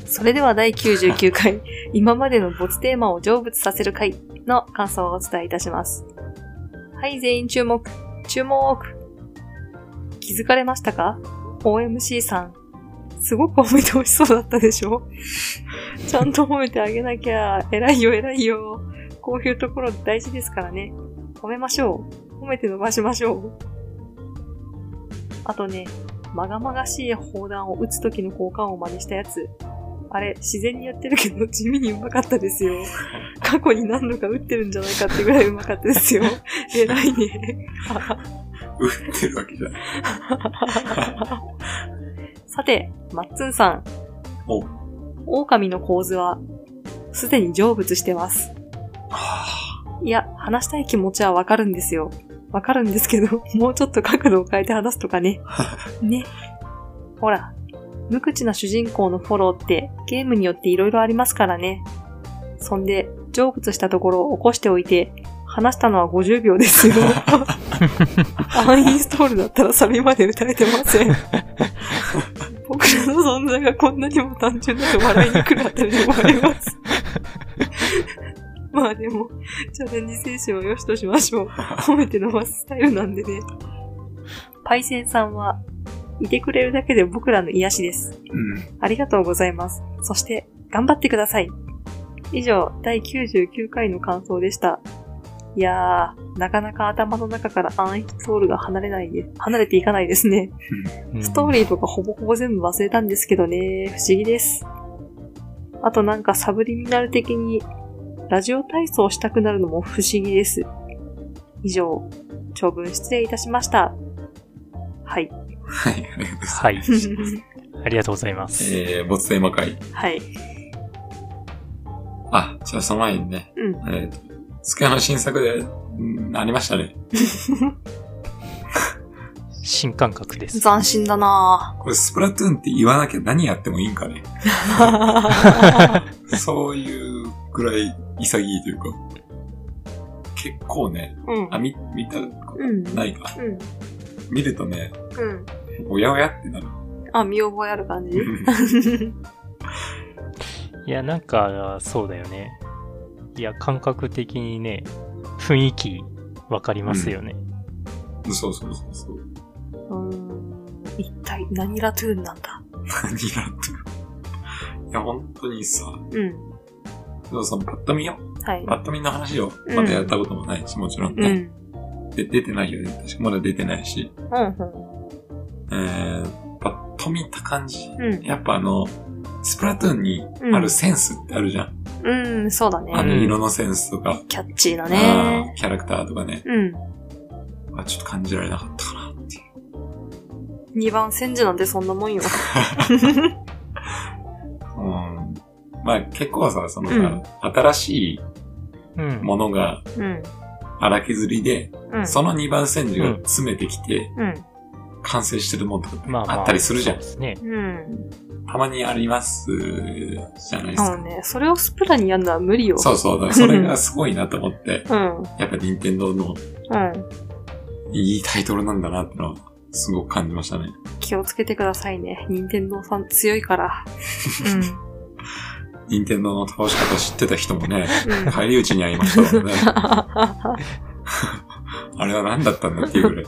それでは第99回、今までのボツテーマを成仏させる回の感想をお伝えいたします。はい、全員注目。注目。気づかれましたか ?OMC さん。すごく褒めてほしそうだったでしょ ちゃんと褒めてあげなきゃ。偉いよ、偉いよ。こういうところ大事ですからね。褒めましょう。褒めて伸ばしましょう。あとね、まがまがしい砲弾を撃つ時の効果音を真似したやつ。あれ、自然にやってるけど、地味にうまかったですよ。過去に何度か撃ってるんじゃないかってぐらいうまかったですよ。 偉いね。
打ってるわけじゃない。
さて、マッツンさん。
お
狼の構図は、すでに成仏してます。
はい
や、話したい気持ちはわかるんですよ。わかるんですけど、 もうちょっと角度を変えて話すとか ね。ね。ほら、無口な主人公のフォローってゲームによって色々ありますからね。そんで、成仏したところを起こしておいて、話したのは50秒で すよ。アンインストールだったらサビまで歌えてません。僕らの存在がこんなにも単純だと笑いにくくなったりもあります。まあでも、チャレンジ精神を良しとしましょう。褒めて伸ばすスタイルなんでね。パイセンさんは、いてくれるだけで僕らの癒しです。
うん。
ありがとうございます。そして、頑張ってください。以上、第99回の感想でした。いやー、なかなか頭の中からアンインストールが離れないで、離れていかないですね。ストー
リ
リーとかほぼほぼ全部忘れたんですけどね、不思議です。あとなんかサブリミナル的に、ラジオ体操したくなるのも不思議です。以上、長文失礼いたしました。はい。
はい、ありがとうございます。
はい。 ありがとうございます。
えー、ボツテーマ会。
はい。
あ、じゃあその前にね、
うん。
えっ、と、スクエアの新作で、うんありましたね。
新感覚です。
斬新だな
これスプラトゥーンって言わなきゃ何やってもいいんかね。
ぁ。
そういうくらい 潔いというか。結構ね、
うん。
あ、見、見たこ
うん
とないか。
うん。
見るとね、
うん。
おやおやってなる。
あ、見覚えある感じ
いや、なんか、そうだよね。いや、感覚的にね、雰囲気わかりますよね。
そうそうそうそう。
うん。一体何ラトゥーンなんだ
何ラトゥーン。いや、本当にさ、
うん。
でもそのパッと見よ。
はい。
パッと見の話をまだやったこともないし、もちろん
うん。う
ね、
ん。
で。出てないよね。確かまだ出てないし。
うん。
えー、パッと見た感じ。
うん
やっぱあの、スプラトゥーンに
うん。
あるセンスってあるじゃん。
うん、そうだ
あの
ね。
色のセンスとか、
キャッチーだ
あ
ね。
ーキャラクターとかね。
うん。
あちょっと感じられなかったかなっていう。
二番戦時なんてそんなもんよ。
うん。まあ結構さ、そのさ、
うん
新しい
うん。
ものが
うん。
荒削りで、
うん。
その2番煎じが詰めてきて、
うん。
完成してるもんとか
まあまあ。
あったりするじゃん
そうですね。
うん。
たまにありますじゃないです
あ
か。
のね、それをスプラにやるのは無理よ。
そうそうだ。それがすごいなと思って、
うん。うん。
やっぱ任天堂のいいタイトルなんだなってのは、すごく感じましたね。
気をつけてくださいね。任天堂さん強いから。うん。
任天堂の倒し方知ってた人も ね、
うん。
帰り討ちに会いましたからね。あれは何だったんだっていうぐらい、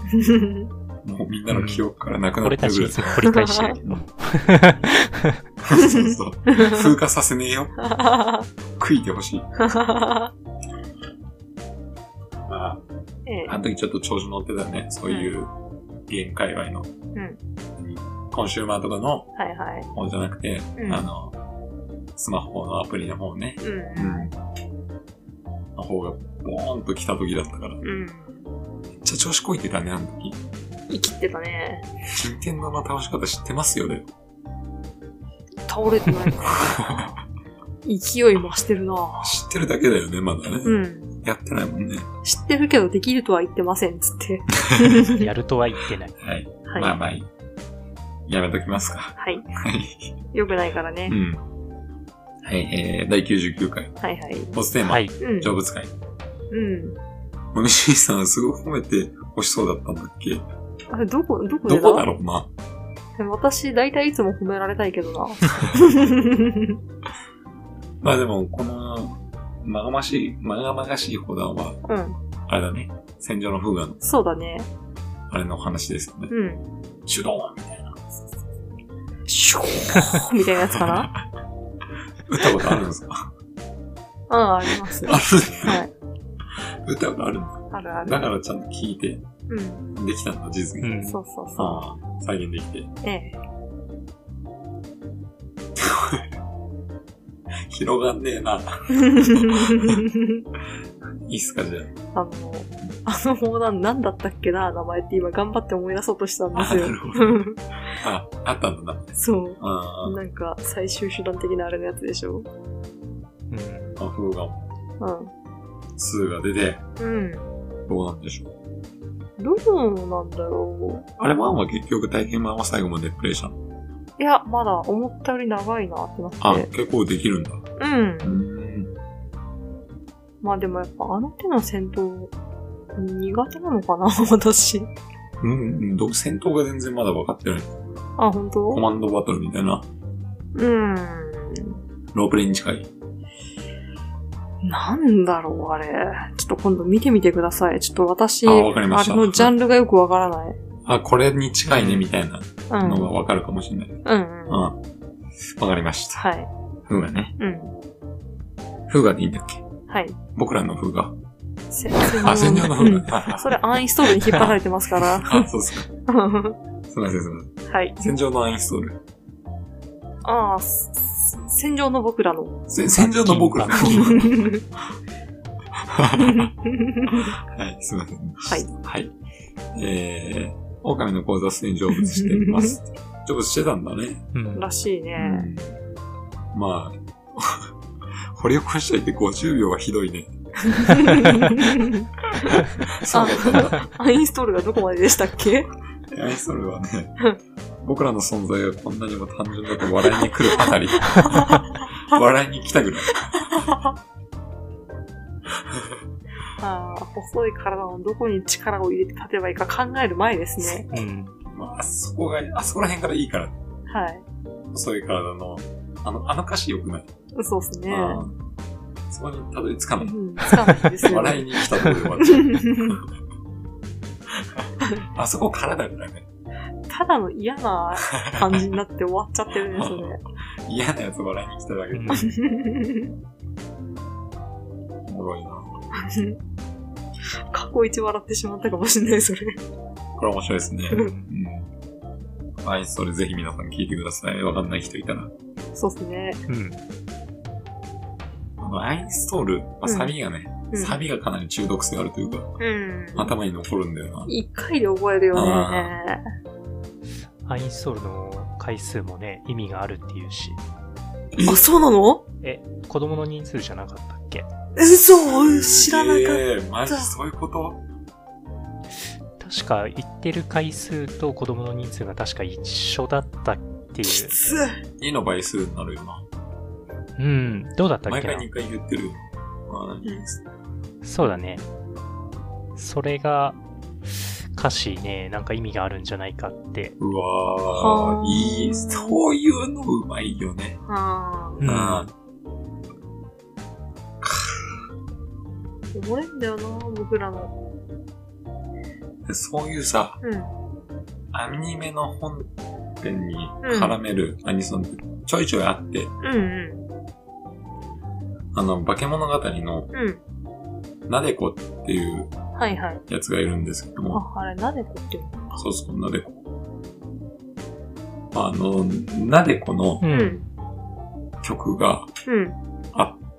もうみんなの記憶からなくな
掘
って
り返
るぐ
し
ら
で
い。
すね。掘り返しだけど。
そうそう。風化させねえよ。悔いてほしい。まあ、
ええ
あの時ちょっと調子乗ってたね。そういうゲーム界隈の。
ん
コンシューマーとかの
はいはい。
方じゃなくて、
うん
あの、スマホのアプリの方ね。
うん。
の方がボーンと来た時だったから。めっ
うん。
ちゃ調子こいてたね、あの時。
生きてたね。
任天堂の倒し方知ってますよね。
倒れてないな。 勢い増してるな
知ってるだけだよね、まだね。
うん。
やってないもんね。
知ってるけどできるとは言ってません、つっ て。
やるとは言ってない。
はい。
はい。
まあまあいい。やめときますか。
はい。
はい。
よくないから
う
ね。
ん。はい、えー、第99回、
はいはい。
ボステーマ、
はい。
うん。
成仏会。
うん。
もみしいさんすごく褒めて欲しそうだったんだっけ
あれ、どこ、どこで
ど
だ
こだろうな。
私、大体いつも褒められたいけ どな。
まあでも、この、まがましい、まがまがしい砲弾は、
うん。
あれだね。戦場の風雅の、
そうだね。
あれの話ですよね。
うん。
シュドーン
シューみたいなやつ かな
打ったことあるんです か
うん、ありますよ。
あ
は
るね。
い。
打ったことあるんだ。
あるあ
だ
る。
からちゃんと聞いて、
うん。
できたんだ、実
う
現。
ん。
そうそうそ
ああ、再現できて。
う。ええ。
広がんねえな。いいっすか、じゃ
あの、あの砲弾何だったっけな、名前って今頑張って思い出そうとしたんですよ
あなるほ。あ。あ、あったんだな。
そう。
あ
なんか、最終手段的なあれのやつでしょ。
うん。
あ、風雅も
う
2が出て、
ん。うん。
どうなんでしょう。
どうなんだろう。
あれ、ワンは結局体験版は最後までプレイしたの。
いや、まだ思ったより長いなってな
あ、
って。
結構できるんだ。
うん
う。ん。
まあでもやっぱあの手の戦闘、苦手なのかな、 私。
うん、ど戦闘が全然まだ分かってない。
あ、本
コ
当
マンドバトルみたいな、
うん。
ロープレイに近い。
なんだろう、あれ。ちょっと今度見てみてください。ちょっと私、
あ
あ
わかりました
れのジャンルがよくわからない。
あ、これに近いね、みたいな
う
の
ん。
が分かるかもしれない。うん。
うんうん。
わかりました。
はい。
風がね。
うん。
風がでいいんだっけ
はい。
僕らの風が。
せ
あ、戦場の
う
風
ん
が。
それアンインストールに引っ張られてますから。
あ、そうっすか。すみません、すみません。
はい。
戦場のアインストール。
ああ、す戦場の僕らの。
せ戦場の僕らの
あ
風が。
は
はい、すみません。
い。
はい。えー、狼の口座すでに成仏しています。成仏してたんだね。
う ん。
らしいね。
うんまあ、 掘り起こしといて50秒はひどいね。そうだったんだ。
アンインストールがどこまででしたっけ
アイソルは ね、僕らの存在がこんなにも単純だと笑いに来るあ たり。笑いに来たぐらい。
ああ、細い体のどこに力を入れて立てばいいか考える前ですね。
うん。
まあ、あそこが、あそこら辺からいいから。
はい。
そういう体の、あの、あの歌詞良くない。
そうですね。
うんそこにたどり着か
う
ない。
ん、つかないですよ
笑
ね。
いに来たところで終わっちゃう。あそこからだからね。
ただの嫌な感じになって終わっちゃってるんですよね。
嫌なやつ笑いに来てるだけで
う。ん
おもろいな。
過去一笑ってしまったかもしれない、それ。
これ面白いですね。
う
うん。はい、それぜひ皆さん聞いてください。わかんない人いたら。
そうですね。
うん。
あの、アインストール、まあ、
ん
サビがね、
うん
サビがかなり中毒性あるというか、
うん。
頭に残るんだよな。
一回で覚えるよ
あ
ね。
アインストールの回数もね、意味があるっていうし。
あ、そうなの
え、子供の人数じゃなかったっけ
嘘知らなかっ
えー、マジそういうこと
確か行ってる回数と子供の人数が確か一緒だったってい
た。きつい。
?2 の倍数になるよな。
う。うん。どうだったっ
毎
け
回
な
2回言ってるよ。まあ、いいです
そうだね。それが、歌詞ね、なんか意味があるんじゃないかって。
うわー、
はー
いい、そういうのうまいよね。
あ
うん
あー
ー溺れんだよな、僕らの。
でそういうさ、
うん。
アニメの本編に絡めるアニソンってちょいちょいあって、
うん
あの、化け物語の
うん。うん。
なでこっていう
はいはい。
やつがいるんですけども、
あ、あれ、なでこっていうの
そうそう、なでこ。あの、なでこの
う
う。
んん。
曲が、
うん。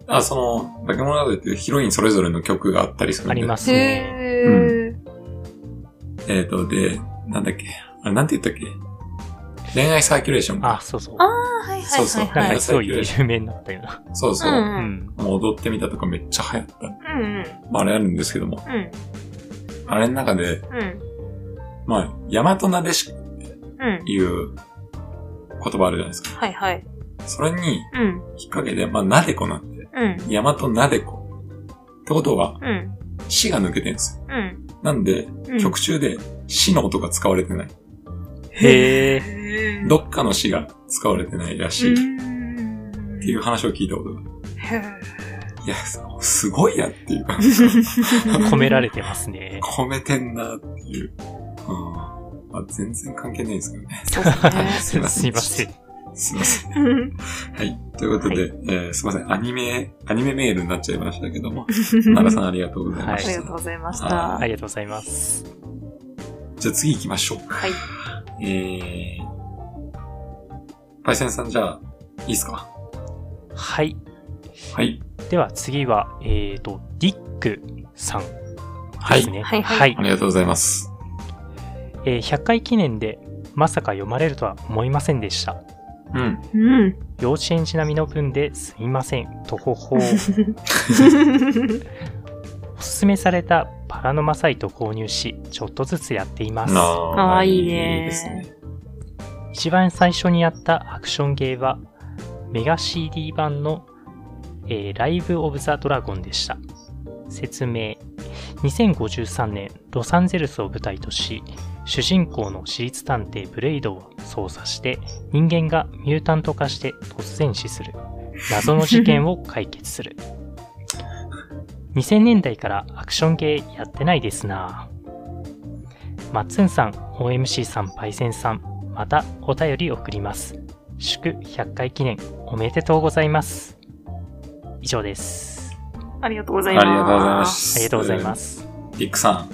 あ、その、化け物語っていうヒロインそれぞれの曲があったりするんで。。
ありますすね。
へー。
えっ、と、で、なんだっけ、あれ、なんて言ったっけ恋愛サーキュレーション
あ、
か。
そうそう。
あーはい
そうそう
はい
な
は
はい
ん
はい
かすごい有名になったよな。
そうそうう。
うん
うん。
ん。
もう踊ってみたとかめっちゃ流行った。
うんうん。
まあ、あれあるんですけども、
うん。
あれの中で、
うん。
まあ、ヤマトナデシっ
うん
て。いう言葉あるじゃないですか。
はいはい。
それに
うん。
引っ掛けて、まあ、なでこなんで、
うん。
ヤマトナデコ。ってことは、
うん。
死が抜けてるんですよ。
うん。
なんで、
うん。
曲中で死の音が使われてない。
へえ。
へー
どっかの死が使われてないらしい。っていう 話を聞いたことが。
へー
いや、そうすごいやって いうか、
込められてま すね。
込めてんなっていう。うん。まあ、全然関係ないですけどね。
そうですね
すいません
すいませ
すいま
ん。
せん。
うん
はい。ということで、えーすいません。アニメ、アニメメールになっちゃいましたけども、 奈良さんありがとうございま
あ
し
り
た。
がとうございまし
は
た。
ありがとうございます。
じゃあ次行きましょうか。
はい。
えー、パイセンさんじゃあ、いいですか
はい。
はい。
では次は、えっ、と、ディックさん
は
です
い。
ね。
はいはい
ありがとうございます。
えー100回記念でまさか読まれるとは思いませんでした。
うん。
うん。
幼稚園児並みの分ですみません。とほほ。おすすめされたパラノマサイトを購入し、ちょっとずつやっています。
あー
かわいいね
いですね。
一番最初にやったアクションゲーは、メガ CD 版の、えーライブ・オブ・ザ・ドラゴンでした。説明。2053年、ロサンゼルスを舞台とし、主人公の私立探偵ブレイドを操作して、人間がミュータント化して突然死する。謎の事件を解決する。2000年代からアクションゲーやってないですなマッツンさん、OMC さん、パイセンさん、またお便り送ります。祝100回記念おめでとうございます。以上です。
ありがとうご
あ
ざい
り
ま
が
す。
とうございま。す。
あり
リ
がとうございま。す。
ックさ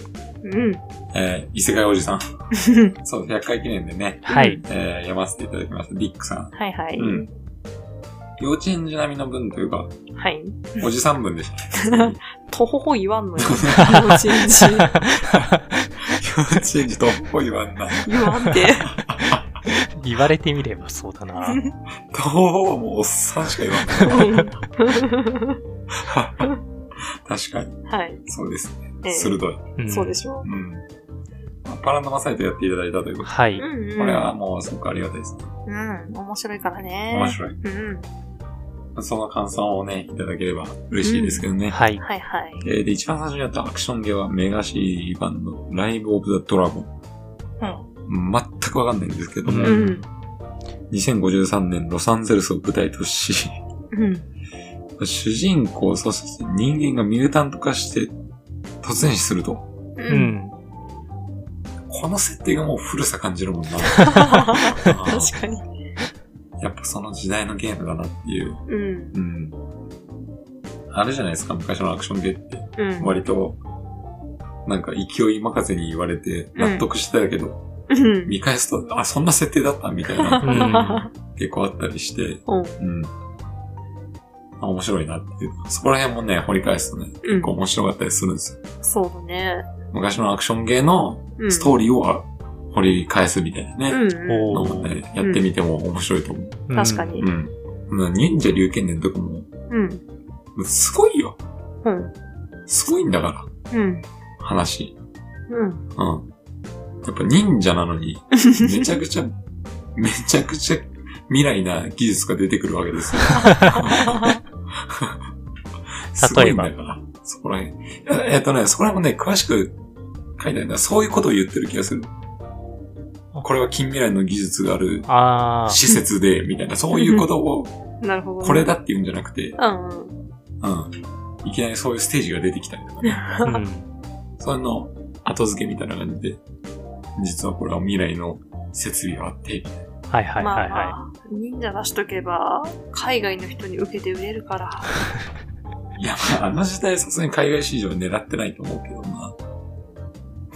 ん、
うん。
えー、異世界おじさん。そう、100回記念でね、
はい。
えー、読ませていただきました。リックさん。
はいはい。
うん。幼稚園児並みの分というか、
はい。
おじさん分で したね。
とほほ言わ んのよ。幼稚園児
幼稚園児とっぽいわんな。
言わんって。
言われてみればそうだな。
とはもうおっさんしか言わんない。確かに。
はい。
そうですね。
ええ
鋭い。
うん
そうでしょ
うん。まあパラノマサイトやっていただいたということ
は
う
い。
んうん。
これは。もうすごくありがたいです。
うん。面白いからね。
面白い。
うん。
その感想をね、いただければ嬉しいですけどね。
はい。
はいはい。
えーで、一番最初にやったアクションゲーはメガシー版のライブオブザドラゴン。全くわかんないんですけども、
うん。うん。
2053年ロサンゼルスを舞台とし、
うん。
主人公、そして 人間がミュータント化して突然死すると。
うん。
ここの設定がもう古さ感じるもんな。
確かに。
やっぱその時代のゲームだなっていう。
うん。
うん。あれじゃないですか、昔のアクションゲーって。
うん。
割と、なんか勢い任せに言われて納得したけど、
うん。
見返すと、あ、そんな設定だったみたいな、
う ん
結構あったりして、
うん
うん。あ面白いなっていう。そこら辺もね、掘り返すとね、
うん
結構面白かったりするんですよ。
そうだね。
昔のアクションゲーの
うん。
ストーリーを掘り返すみたいなね、
うんうん。
のもね、やってみても面白いと思う。
うん
確か。に。
うん。忍者竜剣伝とかも、
うん。
すごいよ。
うん。
すごいんだから、
うん。
話。
うん。
うん。やっぱ忍者なのに、めちゃくちゃ、 めちゃくちゃ未来な技術が出てくるわけです よ。すごいんだから。そこら辺。いやえっ、とね、そこら辺もね、詳しく書いてあるんだ。そういうことを言ってる気がする。これは近未来の技術がある
ああ。
施設で、みたいな、そういうことを、
なるほどね。
これだって言うんじゃなくて、
うんうん。
うん。いきなりそういうステージが出てきたりとかね。
うん
それの後付けみたいな感じで、実はこれは未来の設備があって、
はいはい
ま
は
あ
いは
まあ、忍者出しとけば、海外の人に受けて売れるから。
いや、まあ、あの時代さすがに海外市場狙ってないと思うけどな。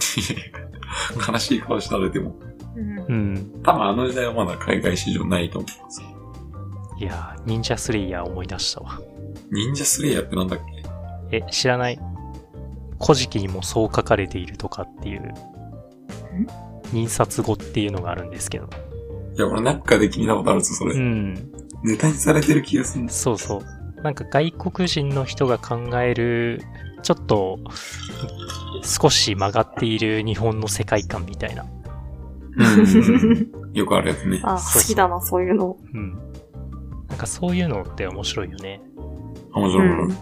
悲しい顔したらでも、
うん
い。うん。
多分あの時代はまだ海外市場ないと思うんですよ。
いやー、忍者スレイヤー思い出したわ。
忍者スレイヤーってなんだっけ
え、知らない古事記にもそう書かれているとかっていう。印刷語っていうのがあるんですけど。
いや、俺なんかで聞いたことあるぞ、それ。
うん。
ネタにされてる気がするんです。
そうそう。なんか外国人の人が考える、ちょっと少し曲がっている日本の世界観みたいな。
うん。よくあるやつね。
あ、
そうそう
好きだな、そういうの。
うん。なんかそういうのって面白いよね。
面
う
白い面白い
ん。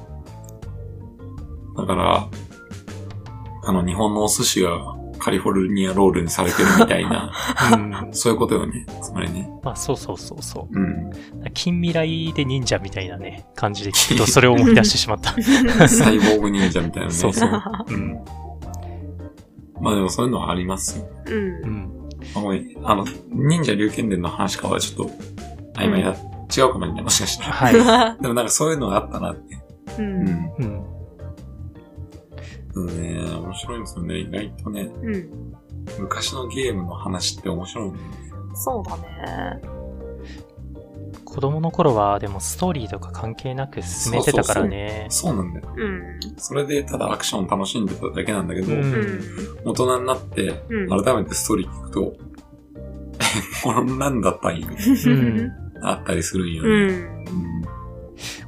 だから、あの、日本のお寿司がカリフォルニアロールにされてるみたい な、
うん。
そういうことよね。つまりね。
まあそうそうそうそう。
うん。
近未来で忍者みたいなね、感じで聞くとそれを思い出してしまった。
サイボーグ忍者みたいなね。
そうそ う
うん。まあでもそういうのはありますよ。
う。
うんん。
あごめんあの、忍者竜剣伝の話からはちょっと曖昧だ。違うかもね、もしかしたら。
はい。
でもなんかそういうのがあったなって。う
う。
んん。
うん。
うん、ね面白いんですよね。意外とね、
うん。
昔のゲームの話って面白いね。
そうだね。
子供の頃は、でもストーリーとか関係なく進めてたからね。
そうなんだよ。
うん。
それでただアクション楽しんでただけなんだけど、
うん
大人になって、
うん。
改めてストーリー聞くと、 えこんなんだったんや。
うん
あったりするんよ
う
ね。
ん。
うん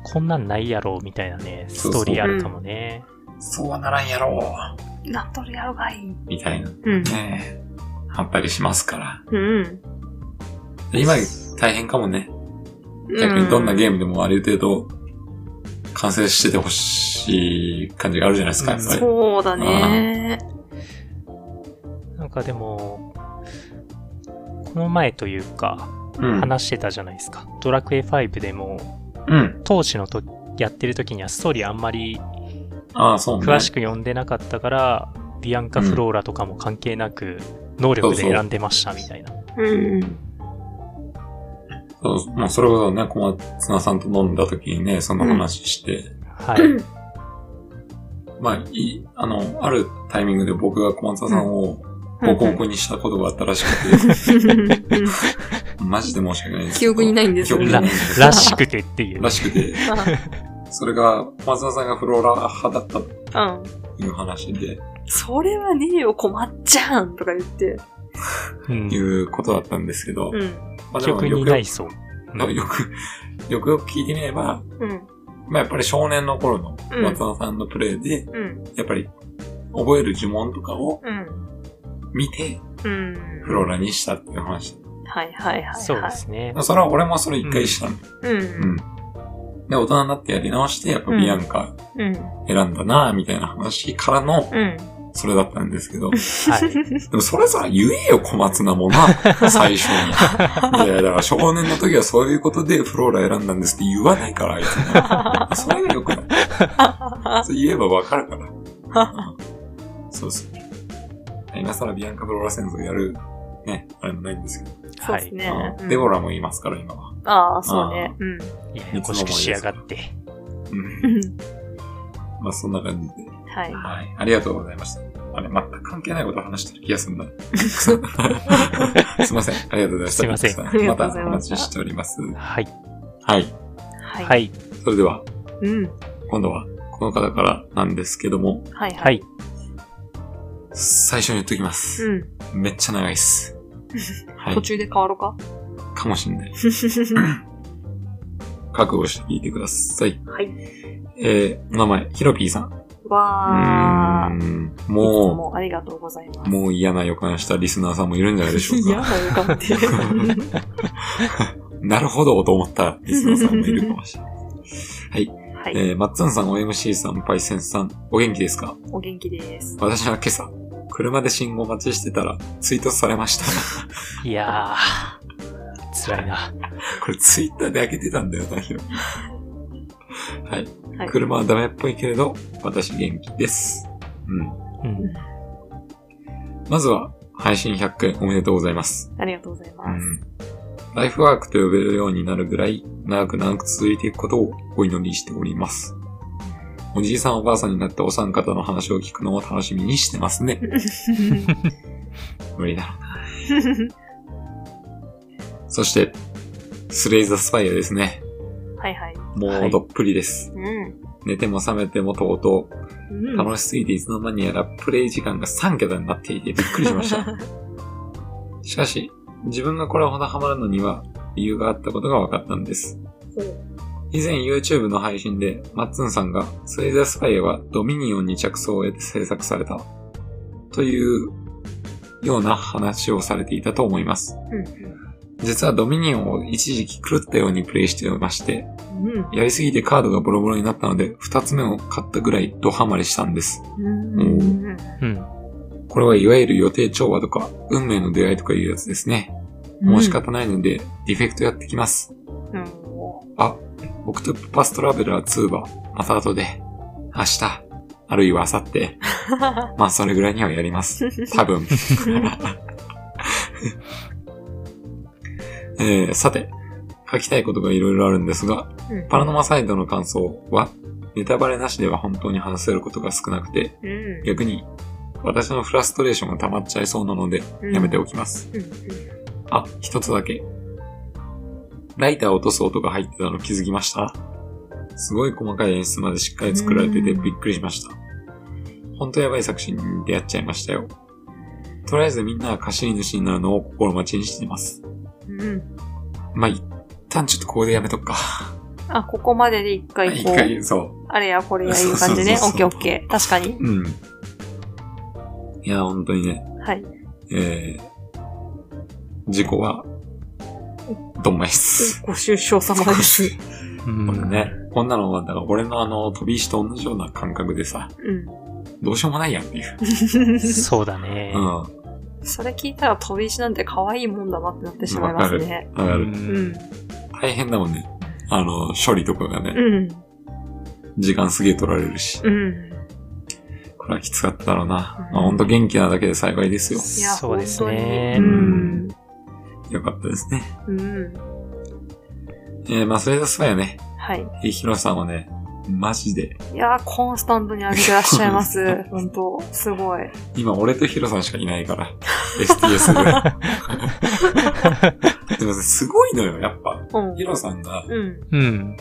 こんなんないやろ、みたいなね、ストーリーあるかもね。
そうはならんやろ
なんとるやろがいい。
みたいな
うん。
ね、あったりしますから。
うん。
今大変かもね。逆にどんなゲームでもある程度完成しててほしい感じがあるじゃないですか、やっぱり。
そうだね。
なんかでも、この前というか、
うん。
話してたじゃないですか。ドラクエ5でも、
うん。
当時のとやってる時にはストーリーあんまり
ああ、そうね。
詳し
く。
く読んでなかったから、ビアンカ・フローラとかも関係なく、能力で選んでましたみたいな。
うん。
そう、まあ、それこそね、小松菜さんと飲んだ時にね、その話して、
はい。
まあ、いい、あの、あるタイミングで僕が小松菜さんをボコボコにしたことがあったらし くて、マジで申し訳ないですけ
記
ど。
憶にないんです
記
よ
憶
ね
に
ら
ないんです
らしくてっていう。
らしくて、それが、小松菜さんがフローラ派だったと
うん。
いう話で、
それはねえよ、困っちゃうんとか言って。
うん
いうことだったんですけど、
うん。
まあ
記
でも
憶に
よくよ
ないそう。
く、 よく、よくよく聞いてみれば、
うん。
まあやっぱり少年の頃の
うん
松田さんのプレイで、
うん。
やっぱり覚える呪文とかを
うん。
見て、
うん。
フローラにしたっていう話。
はいはいはい、はい。
そうで。すね。
それは俺もそれ一回したの。
う。
うんん。で、大人になってやり直して、やっぱビアンカ
うん。
選んだなぁみたいな話からの、
うん。
それだったんですけど、
はい。
でもそれさ、言えよ、小松菜もな、最初に。いや、だから少年の時はそういうことでフローラ選んだんですって言わないから、あいつも。それがよくない。そう言えばわかるから。そうそう。今更ビアンカ・ブローラ戦争やる、ね、あれもないんですけど。
そうですね。
あ
うん
デボラもいますから、今は。
ああ、そうね。うん
はい、ややこしくしやがって。
うん。
うん。
まあ、そんな感じで。
はい。
はい。ありがとうございました。あれ、全く関係ないことを話してる気がするん だ。すいません。ありがとうございました。
すいません
た
ありが
ま
と
た
うござい
お
ま
待
し
ち
た
しております。
はい。
はい。
はい。
はい。
それでは、
うん。
今度はこの方からなんですけども、
はいは。
はいい。
最初に言っときます。
うん。
めっちゃ長いっす。はい
途。中で変わろうか。
かもしんない。覚悟して聞いてください。
はい。
えー、お名前、ヒロピーさん。
わー。
うーん
いつ
も
もありがとうございます。
う、もう嫌な予感したリスナーさんもいるんじゃないでしょう
嫌
か。
な予感って。
なるほど、と思ったリスナーさんもいるかもしれない。はい。
は
え
い。
ー、マッツンさん、OMC さん、パイセンさん、お元気ですか
お元気です。
私は今朝、車で信号待ちしてたら、ツイートされました。
いやー、辛いな。
これツイッターで開けてたんだよな、ヒロはい。
はい。
車はダメっぽいけれど、私元気です。うん。
うん。
まずは、配信100回おめでとうございます。
ありがとうございうます。
ん。ライフワークと呼べるようになるぐらい、長く長く続いていくことをお祈りしております。おじいさんおばあさんになったお三方の話を聞くのを楽しみにしてます ね。無理だろうな。そして、スレイザースパイアですね。
はいはい。
もうどっぷりです。
うん。
寝ても覚めてもとうとう、
うん。
楽しすぎていつの間にやらプレイ時間が3桁になっていてびっくりしま した。しかし、自分がこれほどハマるのには理由があったことが分かったんです。以前 YouTube の配信で、マッツンさんが、スレイザースパイアはドミニオンに着想を得て制作された、というような話をされていたと思います。
うん。
実はドミニオンを一時期狂ったようにプレイしておりまして、
うん。
やりすぎてカードがボロボロになったので、二つ目を買ったぐらいドハマりしたんです。
うん。
うん。
これはいわゆる予定調和とか、運命の出会いとかいうやつですね。もう仕方ないので、ディフェクトやってきます。
うん。
あ、オクトパストラベラー2は、また後で、明日、あるいは明後日、まあそれぐらいにはやります。多分。えーさて、書きたいことがいろいろあるんですが、パラノマサイドの感想は、ネタバレなしでは本当に話せることが少なくて、
うん。
逆に、私のフラストレーションが溜まっちゃいそうなので、やめておきます。
うん。
あ、一つだけ。ライターを落とす音が入ってたの気づきましたすごい細かい演出までしっかり作られててびっくりしました。ほんとやばい作品に出会っちゃいましたよ。とりあえずみんなが貸し主になるのを心待ちにしています。
うん。
まあ、一旦ちょっとここでやめとくか。
あ、ここまでで一回
一
こう、
回、そ
あれやこれやいう感じね。オッケーオッケー。確かに。
う。うん。いや、本当にね、
はい。
えー、事故は、どんまいっす。
ご愁傷様です。
うん
これね、こんなのは、だから俺のあの、飛び石と同じような感覚でさ、
うん。
どうしようもないやんっていう。
そうだね
う。ん。
それ聞いたら飛び石なんて可愛いもんだなってなってしまいますね。
だから
うん。
大変だもんね。あの、処理とかがね、
うん。
時間すげえ取られるし。
うん。
これはきつかっただろうな。
うん
まあ、ほんと元気なだけで幸いですよ。
いや、
そうですね
本。当にうん。
よかったですね。
うん。
えー、まあ、それでそうやね。
はい。
ヒロさんはね、マジで、
いやー、コンスタントに上げてらっしゃいます。 本当すごい。
今俺とヒロさんしかいないから、STS ぐらい。でもすごいのよ、やっぱ。
うん。
ヒロさんが、
うん。
うん。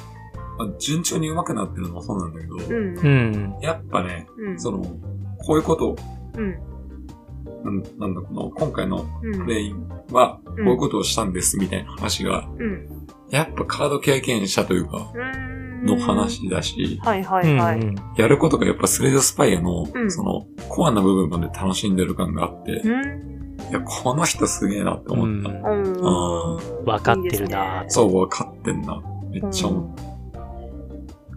まあ、順調に上手くなってるのもそうなんだけど、
うん。
う
うん。
ん。
やっぱね、
うん。
その、こういうことを、
うん。
なんなんだ、この、今回の
う
プ
ん。
レインは、こう
うん
いうことをしたんです、みたいな話が、
うん。
やっぱカード経験者というか、
うん。
の。話だし、
はいは
う
いはい。
ん。
やることがやっぱスレイドスパイアの
う、ん
その、コアな部分まで楽しんでる感があって、い
うん。
や、この人すげえなって思った。
うん。
あ
わかってるな
そう、分かってんな。めっちゃ思う。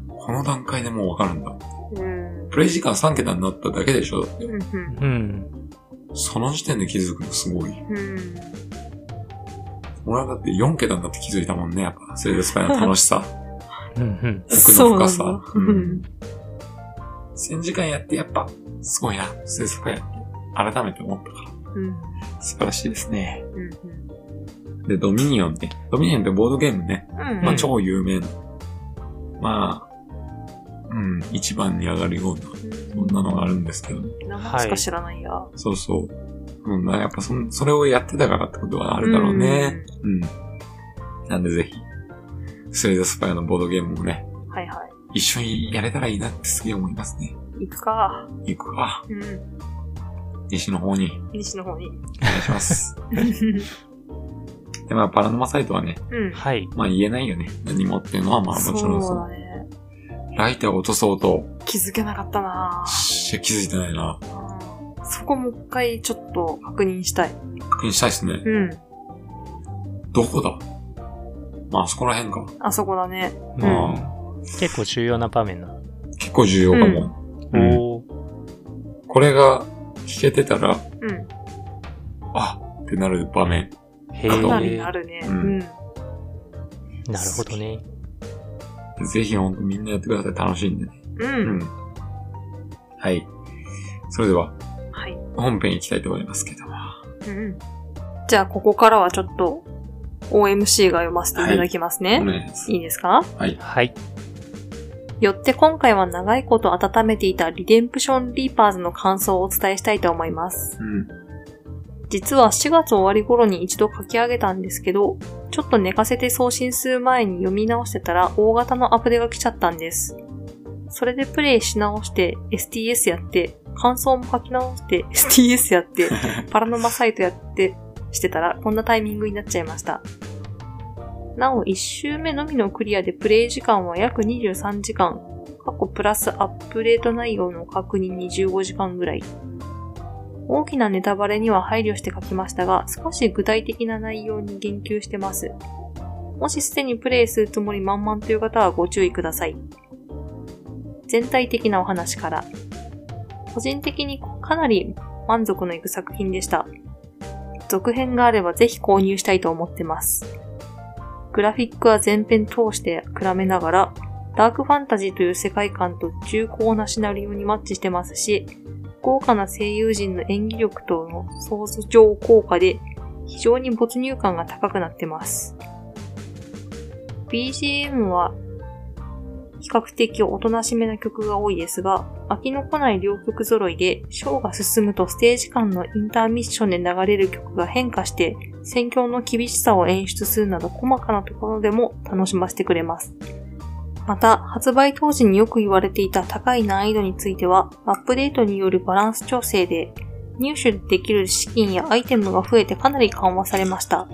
この段階でもう分かるんだ。
うん。うん。
プレイ時間3桁になっただけでしょだって
うん。
うん。
その時点で気づくのすごい。
うん。
俺はだって4桁になって気づいたもんね、やっぱ。セールスパイの楽しさ。
うん。うん。
奥の深さ。うん1000時間やってやっぱ、すごいな、セールスパイ。改めて思ったか
うん。
ら、素晴らしいですね。
うん。
で、ドミニオンね。ドミニオンってボードゲームね。
うん。
ま
う
あ
ん
超有名な。まあ、うん、一番に上がるような、そんなのがあるんですけど、
名前しか知らないや。
そうそう。うん、やっぱそんそれをやってたからってことはあるだろうね。うん。なんでぜひ、スレイザースパイアのボードゲームもね、
はいは
一緒にやれたらいいなってすげえ思いますね。
い。行くか。
行くか。
うん。
西の方に
西の方に。
お願いします。 で、まあ、パラノマサイトはね、
うん。
はい。
まあ言えないよね。何もっていうのは、まあもちろんそ
そうだ
の、
ね。
ライターを落とそうと、
気づけなかったな
し気づいてないな。
ぁ。そこもう一回ちょっと確認したい。
確認したいですね。
うん。
どこだまあ、あそこら辺か。
あそこだね。
う
うん
ん。結構重要な場面な。
結構重要かも。うん
おー
これが聞けてたら、
うん。
あってなる場面。
へ
か
ー
そう
な
な
りになるね。う
うんん。
なるほどね。
ぜひほんとみんなやってください。楽しいんでね。
う。
うんん。はい。それでは、
はい。
本編行きたいと思いますけども。は
うんうん。じゃあ、ここからはちょっと、OMC が読ませていただきます
い。
ね。
お願いします
い、いですか
はい。
よって今回は長いこと温めていたリデンプションリーパーズの感想をお伝えしたいと思います。
うん。
実は4月終わり頃に一度書き上げたんですけど、ちょっと寝かせて送信する前に読み直してたら大型のアプデが来ちゃったんです。それでプレイし直して STS やって、感想も書き直して STS やって、パラノマサイトやってしてたらこんなタイミングになっちゃいました。なお1周目のみのクリアでプレイ時間は約23時間、過去プラスアップデート内容の確認に15時間ぐらい。大きなネタバレには配慮して書きましたが、少し具体的な内容に言及してます。もしすでにプレイするつもり満々という方はご注意ください。全体的なお話から。個人的にかなり満足のいく作品でした。続編があればぜひ購入したいと思ってます。グラフィックは前編通して比べながら、ダークファンタジーという世界観と重厚なシナリオにマッチしてますし、豪華な声優陣の演技力との相乗効果で非常に没入感が高くなってます。BGM は比較的おとなしめな曲が多いですが、飽きのこない両曲揃いで、ショーが進むとステージ間のインターミッションで流れる曲が変化して、戦況の厳しさを演出するなど細かなところでも楽しませてくれます。また、発売当時によく言われていた高い難易度については、アップデートによるバランス調整で、入手できる資金やアイテムが増えてかなり緩和されました。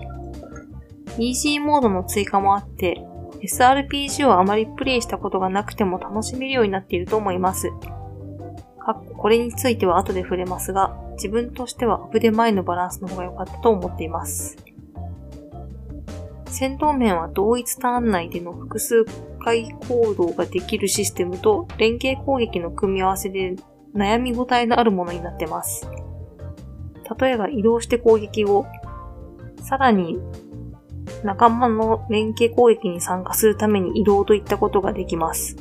イージーモードの追加もあって、SRPG をあまりプレイしたことがなくても楽しめるようになっていると思います。かっここれについては後で触れますが、自分としてはアップデ前のバランスの方が良かったと思っています。戦闘面は同一ターン内での複数回行動ができるシステムと連携攻撃の組み合わせで悩み応えのあるものになってます。例えば移動して攻撃を、さらに仲間の連携攻撃に参加するために移動といったことができます。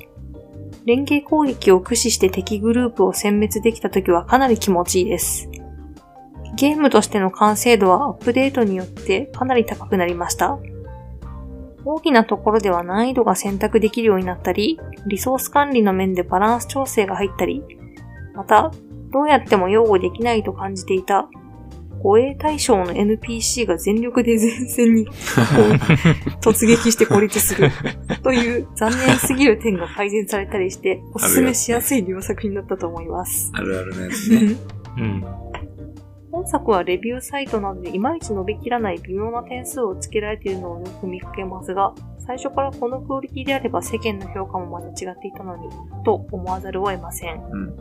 連携攻撃を駆使して敵グループを殲滅できた時はかなり気持ちいいです。ゲームとしての完成度はアップデートによってかなり高くなりました。大きなところでは難易度が選択できるようになったり、リソース管理の面でバランス調整が入ったり、また、どうやっても擁護できないと感じていた、護衛対象の NPC が全力で前線に突撃して孤立するという残念すぎる点が改善されたりして、おすすめしやすい両作品だったと思います。
あるあるのやつ ね。
うん。
本作はレビューサイトなどでいまいち伸びきらない微妙な点数をつけられているのをよく見かけますが、最初からこのクオリティであれば世間の評価もまた違っていたのに、と思わざるを得ません。
うん。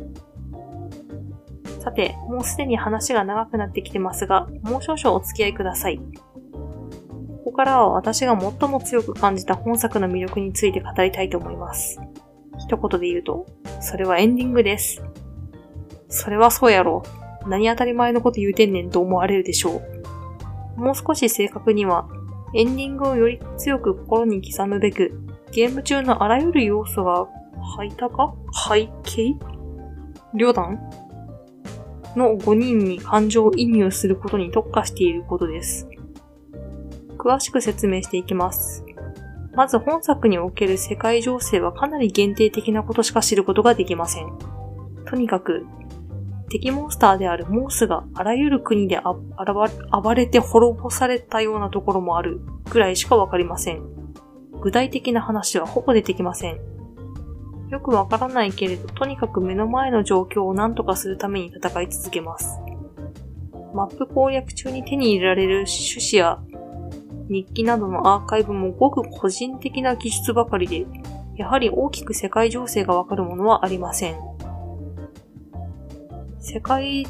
さて、もうすでに話が長くなってきてますが、もう少々お付き合いください。ここからは私が最も強く感じた本作の魅力について語りたいと思います。一言で言うと、それはエンディングです。それはそうやろ。何当たり前のこと言うてんねんと思われるでしょう。もう少し正確には、エンディングをより強く心に刻むべく、ゲーム中のあらゆる要素が、排他化背景両弾の5人に感情移入することに特化していることです。詳しく説明していきます。まず本作における世界情勢はかなり限定的なことしか知ることができません。とにかく、敵モンスターであるモースがあらゆる国であ暴れ暴れて滅ぼされたようなところもあるくらいしかわかりません。具体的な話はほぼ出てきません。よくわからないけれど、とにかく目の前の状況を何とかするために戦い続けます。マップ攻略中に手に入れられる種子や日記などのアーカイブもごく個人的な技術ばかりで、やはり大きく世界情勢がわかるものはありません。世界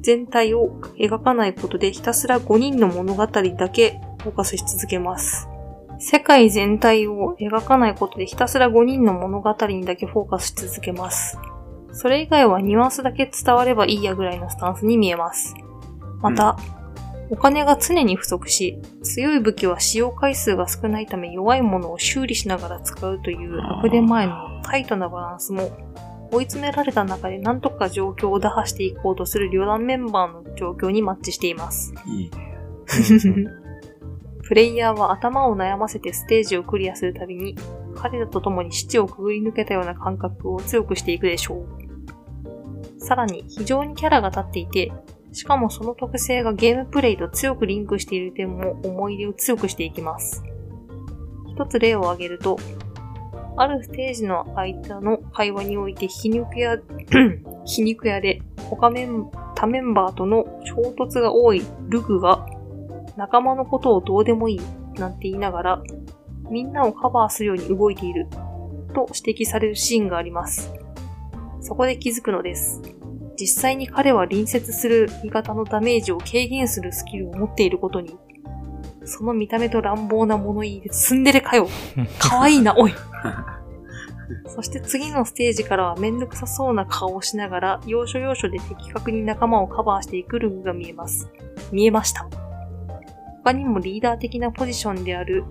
全体を描かないことでひたすら5人の物語だけフォーカスし続けます。世界全体を描かないことでひたすら5人の物語にだけフォーカスし続けます。それ以外はニュアンスだけ伝わればいいやぐらいのスタンスに見えます。また、お金が常に不足し、強い武器は使用回数が少ないため弱いものを修理しながら使うという6年前のタイトなバランスも、追い詰められた中で何とか状況を打破していこうとする旅団メンバーの状況にマッチしています。
いいね。
プレイヤーは頭を悩ませてステージをクリアするたびに、彼らと共に死地をくぐり抜けたような感覚を強くしていくでしょう。さらに、非常にキャラが立っていて、しかもその特性がゲームプレイと強くリンクしている点も思い入れを強くしていきます。一つ例を挙げると、あるステージの間の会話において皮肉屋、 皮肉屋で他メン、他メンバーとの衝突が多いルグが仲間のことをどうでもいいなんて言いながら、みんなをカバーするように動いていると指摘されるシーンがあります。そこで気づくのです。実際に彼は隣接する味方のダメージを軽減するスキルを持っていることに、その見た目と乱暴な物言いでツンデレかよかわいいな、おい。そして次のステージからはめんどくさそうな顔をしながら、要所要所で的確に仲間をカバーしていくルグが見えます。見えました。他にもリーダー的なポジションである、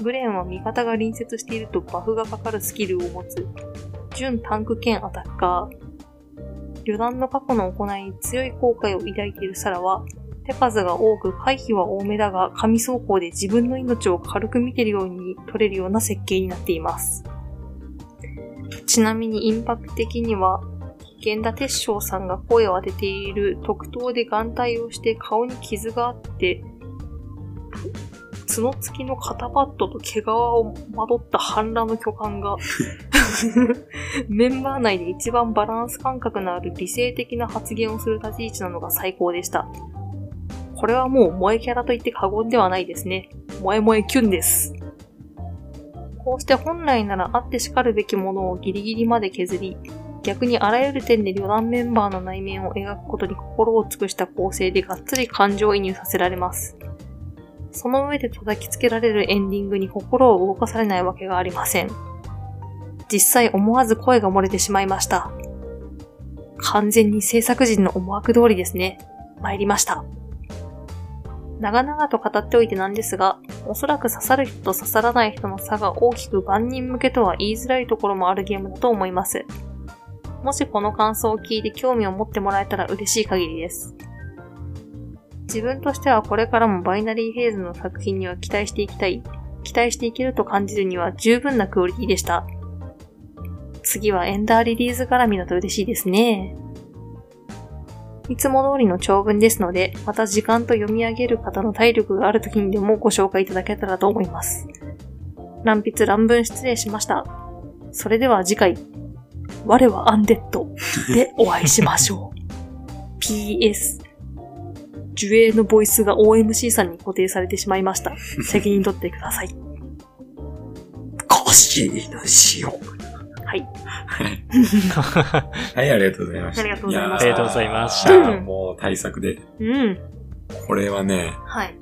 グレンは味方が隣接しているとバフがかかるスキルを持つ、準タンク兼アタッカー。旅団の過去の行いに強い後悔を抱いているサラは、手数が多く回避は多めだが、紙走行で自分の命を軽く見てるように取れるような設計になっています。ちなみにインパクト的には、源田鉄章さんが声を当てている特等で眼帯をして顔に傷があって、角付きの肩パッドと毛皮をまとった半裸の巨漢が、 メンバー内で一番バランス感覚のある理性的な発言をする立ち位置なのが最高でした。これはもう萌えキャラといって過言ではないですね。萌え萌えキュンです。こうして本来ならあってしかるべきものをギリギリまで削り、逆にあらゆる点で旅団メンバーの内面を描くことに心を尽くした構成でがっつり感情移入させられます。その上で叩きつけられるエンディングに心を動かされないわけがありません。実際思わず声が漏れてしまいました。完全に制作人の思惑通りですね。参りました。長々と語っておいてなんですが、おそらく刺さる人と刺さらない人の差が大きく万人向けとは言いづらいところもあるゲームだと思います。もしこの感想を聞いて興味を持ってもらえたら嬉しい限りです。自分としてはこれからもバイナリーフェーズの作品には期待していきたい、期待していけると感じるには十分なクオリティでした。次はエンダーリリース絡みだと嬉しいですね。いつも通りの長文ですので、また時間と読み上げる方の体力がある時にでもご紹介いただけたらと思います。乱筆乱文失礼しました。それでは次回、我はアンデッドでお会いしましょう。PS、樹影のボイスが OMC さんに固定されてしまいました。責任取ってください。公式犬しよう。はい。
はい。
あ
はい、ありがとうございました。
ありがとうございま
したありがとうございました
やーもう対策で。
うん。
これはね、
はい。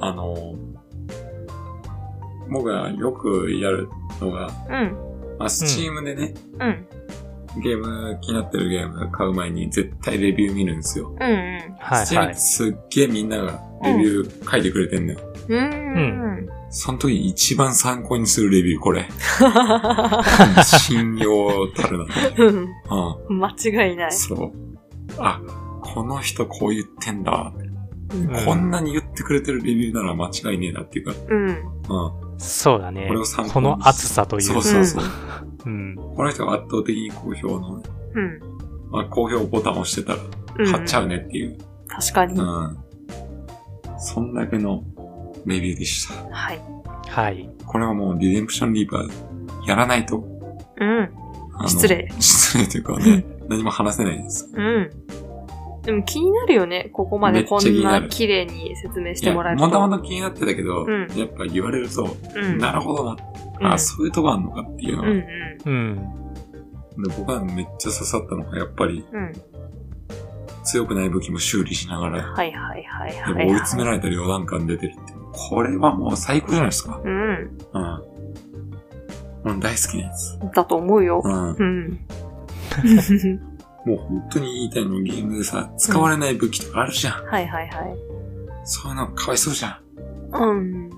あの僕がよくやるのが、
うん。
まあ、スチームでね、
うん。
ゲーム、気になってるゲーム買う前に絶対レビュー見るんですよ。
うん。うん。
はい
スチー
は
ム
い。
すっげえみんながレビュー書いてくれてんのよ。
うーん。
その時一番参考にするレビュー、こ れ。信用たるな。
うん
う。
間違いなんい。
そう。あ、この人こう言ってんだ。
うん
こんなに言ってくれてるレビューなら間違いねえなっていうか、
うん。
う
そうだね
これを参考に
この厚さと
ん。
いう
そうそうそう。
うん、
この人が圧倒的に好評の、
うん。
まあ、好評ボタンを押してたら
うん。
買っちゃうねっていう、
確かに
う。ん。そんだけのレビューでした。
はい。
はい
これはもうリデンプションリーバーやらないと、
うん。
あの
失。礼。
失礼というかね、何も話せないです。
うん。でも気になるよね。ここまでこ
めっちゃ気
ん
にな
な
る
綺麗に説明し
い
て
や、
もらえる
もともと気になってたけど、
うん
やっぱ言われると、
うん。
なるほどな、
うん
あ、そういうとこあんのかっていうの
う
が、
ん
で
う
うん
僕はめっちゃ刺さったのが、やっぱり
ん。うん。
強くない武器も修理しながら、
はいはいはい
で
はい、
も
はい。
追い詰められたり余談感出てるって。これはもう最高じゃないですか。
うん。
うん。うん、大好きなやつ。
だと思うよ
う。ん。
うん。
もう本当に言いたいのゲームでさ、使われない武器とかあるじゃん。
はいはいはい。
そういうのかわいそうじゃん。
うん。
だ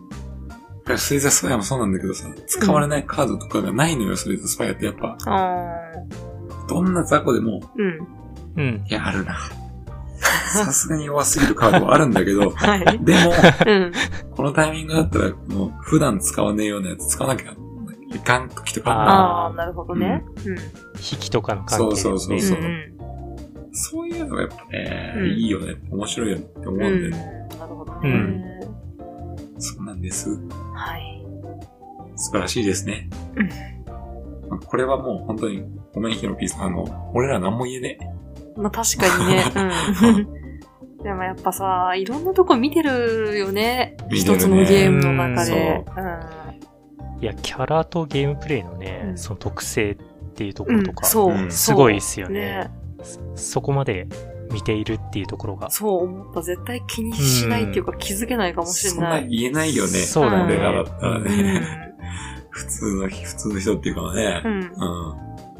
からスイザースパイアもそうなんだけどさ、使われないカードとかがないのよ、スイザースパイアってやっぱ。
あー
どんな雑魚でも、
うん。
うん
いや、あるな。さすがに弱すぎるカードはあるんだけ ど、
はい。
でも、
うん。
このタイミングだったら、もう普段使わねえようなやつ使わなきゃいかん時とかある
あ
な
ああ、なるほどね。うん。
引きとかの関係で、ね、
そうそう
う
そ
んうん。
そういうのがやっぱね、
うん
いいよね、面白いよねって思うん
う
で、
ん。なるほどね。
そうなんです。
はい。
素晴らしいですね。まあこれはもう本当に、ごめん、ヒロピーさん。あの、俺ら何も言えね
まあ確かにね。うん。でもやっぱさ、いろんなとこ見てるよね。
見てる
一
ね
つのゲームの中で。
いやキャラとゲームプレイのね、
うん
その特性っていうとこ
う
ろ
ん。
とか、
そうう。
ん
すごいですよ
そうね
ね。そそこまで見ているっていうところが
そう思った。絶対気にしないっていうか気づけないか
え。
もし
そ
れ
ん
な。
ない言えないよね。
そうだね
俺らだったら
う
ね。
ん。
普通の、普通の人っていうかね
う。ん。
うん。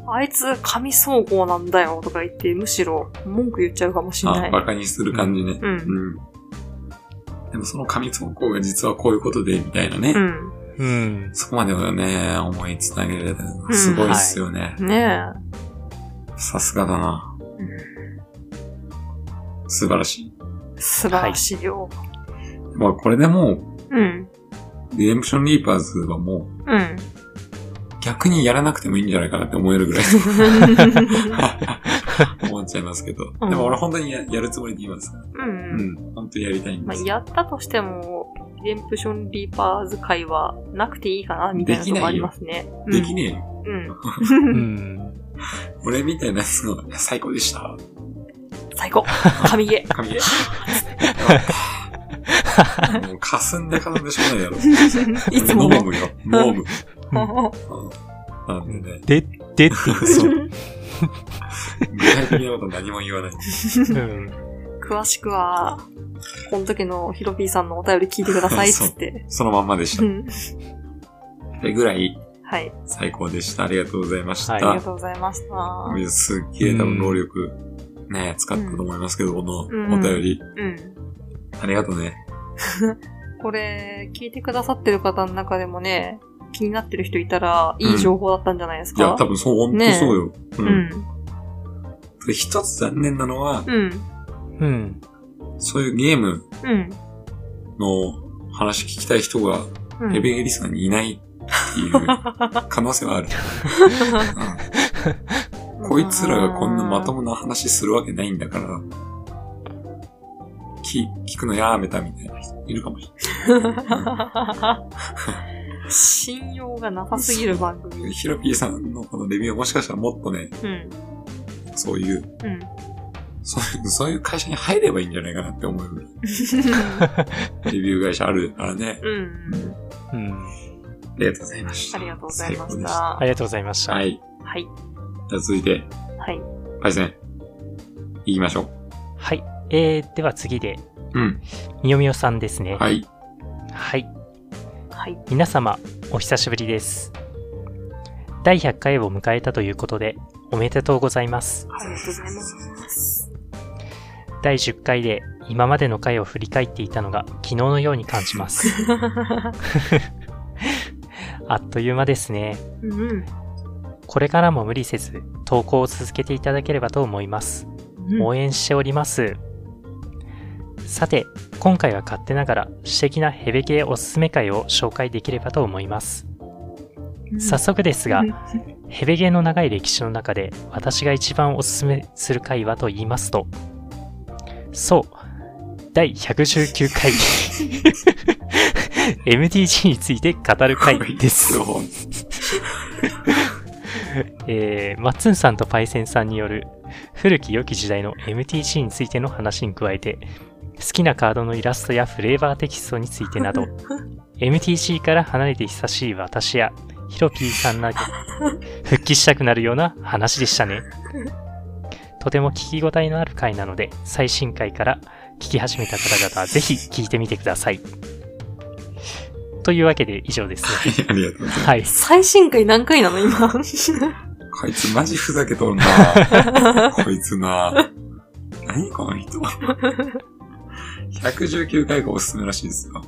あいつ、神総合なんだよとか言って、むしろ文句言っちゃうかもしれな
あ、
い。
バカにする感じね。
う
う
ん
ん。でもその紙投稿が実はこういうことで、みたいなね。
うん。
うん
そこまではね、思いつなげられたのがすごいっすよね。
ね
さすがだな。
え。
素晴らしい。
素晴らしいよ。
まあこれでもう、
うん。
リデンプションリーパーズはもう、
うん。
逆にやらなくてもいいんじゃないかなって思えるぐらい 思っちゃいますけど。
うん
でも俺本当にややるつもりでいます。
う。
うんん。本当にやりたいん
ま
で
あ、
す。
やったとしても、リデンプションリーパーズ会はなくていいかな、みたいなとこありますね。
でき
ね
ねえよ。
うん。
う
うん。
ん
俺みたいなやつのが最高でした。
最高。神ゲー。
神ゲー。もう霞んで霞んでしょうがないやろ。
いつも
ノー
の。
ム よ。ノーム。
うん
なんでね。
ででって
そう。 具体的なこと何も言わない。
言う、うん、
詳しくは、この時のヒロピーさんのお便り聞いてくださいっつって。
そのまんまでし
う
た。
ん。
でぐらい
はい。
最高でした。ありがとうございまし
はい
あり
た
が。とうございました。
すっげえ多分労力ね、使ったと思いますけど、このお便り。
うん。
ありがとうね。
これ、聞いてくださってる方の中でもね、気になってる人いたら、
うん
いい情報だったんじゃないです
いや、
か。
多分そう、ほんとそうよ。う。
うんん。
で一つ残念なのは、
うん。
うん、
そういうゲーム
うん。
の話聞きたい人が
うん。
ヘビーリスナーにいないっていう 可能性はある。うんこいつらがこんなまと
も。
もな話するわけないんだから、き、聞くのやめたみたいな人いるかもしれな
信用がなさすぎる番
い。
組。
ヒロピーさんのこのレビューはもしかしたらもっとね、
うん。
そういう、
うん。
そういう、そういう会社に入ればいいんじゃないかなって思うぐらい。レビュー会社あるからね。
うん。
うん、
ありがとうございました。
ありがとうございま
最高
し
で
た。
た
ありがとうございました、
はい。
はい。
じゃあ続いて、
はい。
パイセン。行きましょ
はいえー、では次で
う。うん。
みよみよさんですね
はい。
はい
はい。
皆様お久しぶりです第100回を迎えたということでおめでとうございます
ありがとうございます。
第10回で今までの回を振り返っていたのが昨日のように感じます あっという間ですね
うん。
これからも無理せず投稿を続けていただければと思います
うん
応援しております。さて、今回は勝手ながら、私的なヘベ系おすすめ会を紹介できればと思います。
うん
早速ですが
うん、
ヘベゲの長い歴史の中で私が一番おすすめする回はと言いますとそう第119回 MDG について語る回です、
ごい
えーマッツンさんとパイセンさんによる 古き良き時代の MTG についての話に加えて好きなカードのイラストやフレーバーテキストについ てなど MTG から離れて久しい私やヒロピーさんなど復帰したくなるような話でしたねとても聞き応えのある回なので最新回から聞き始めた方々はぜひ聞いてみてくださいというわけで以上ですね
ありがとうございます。
はい
最新回何回な の今。
こいつマジふざけとんな。こいつな。何この人。119回がおすすめらしいですよ。も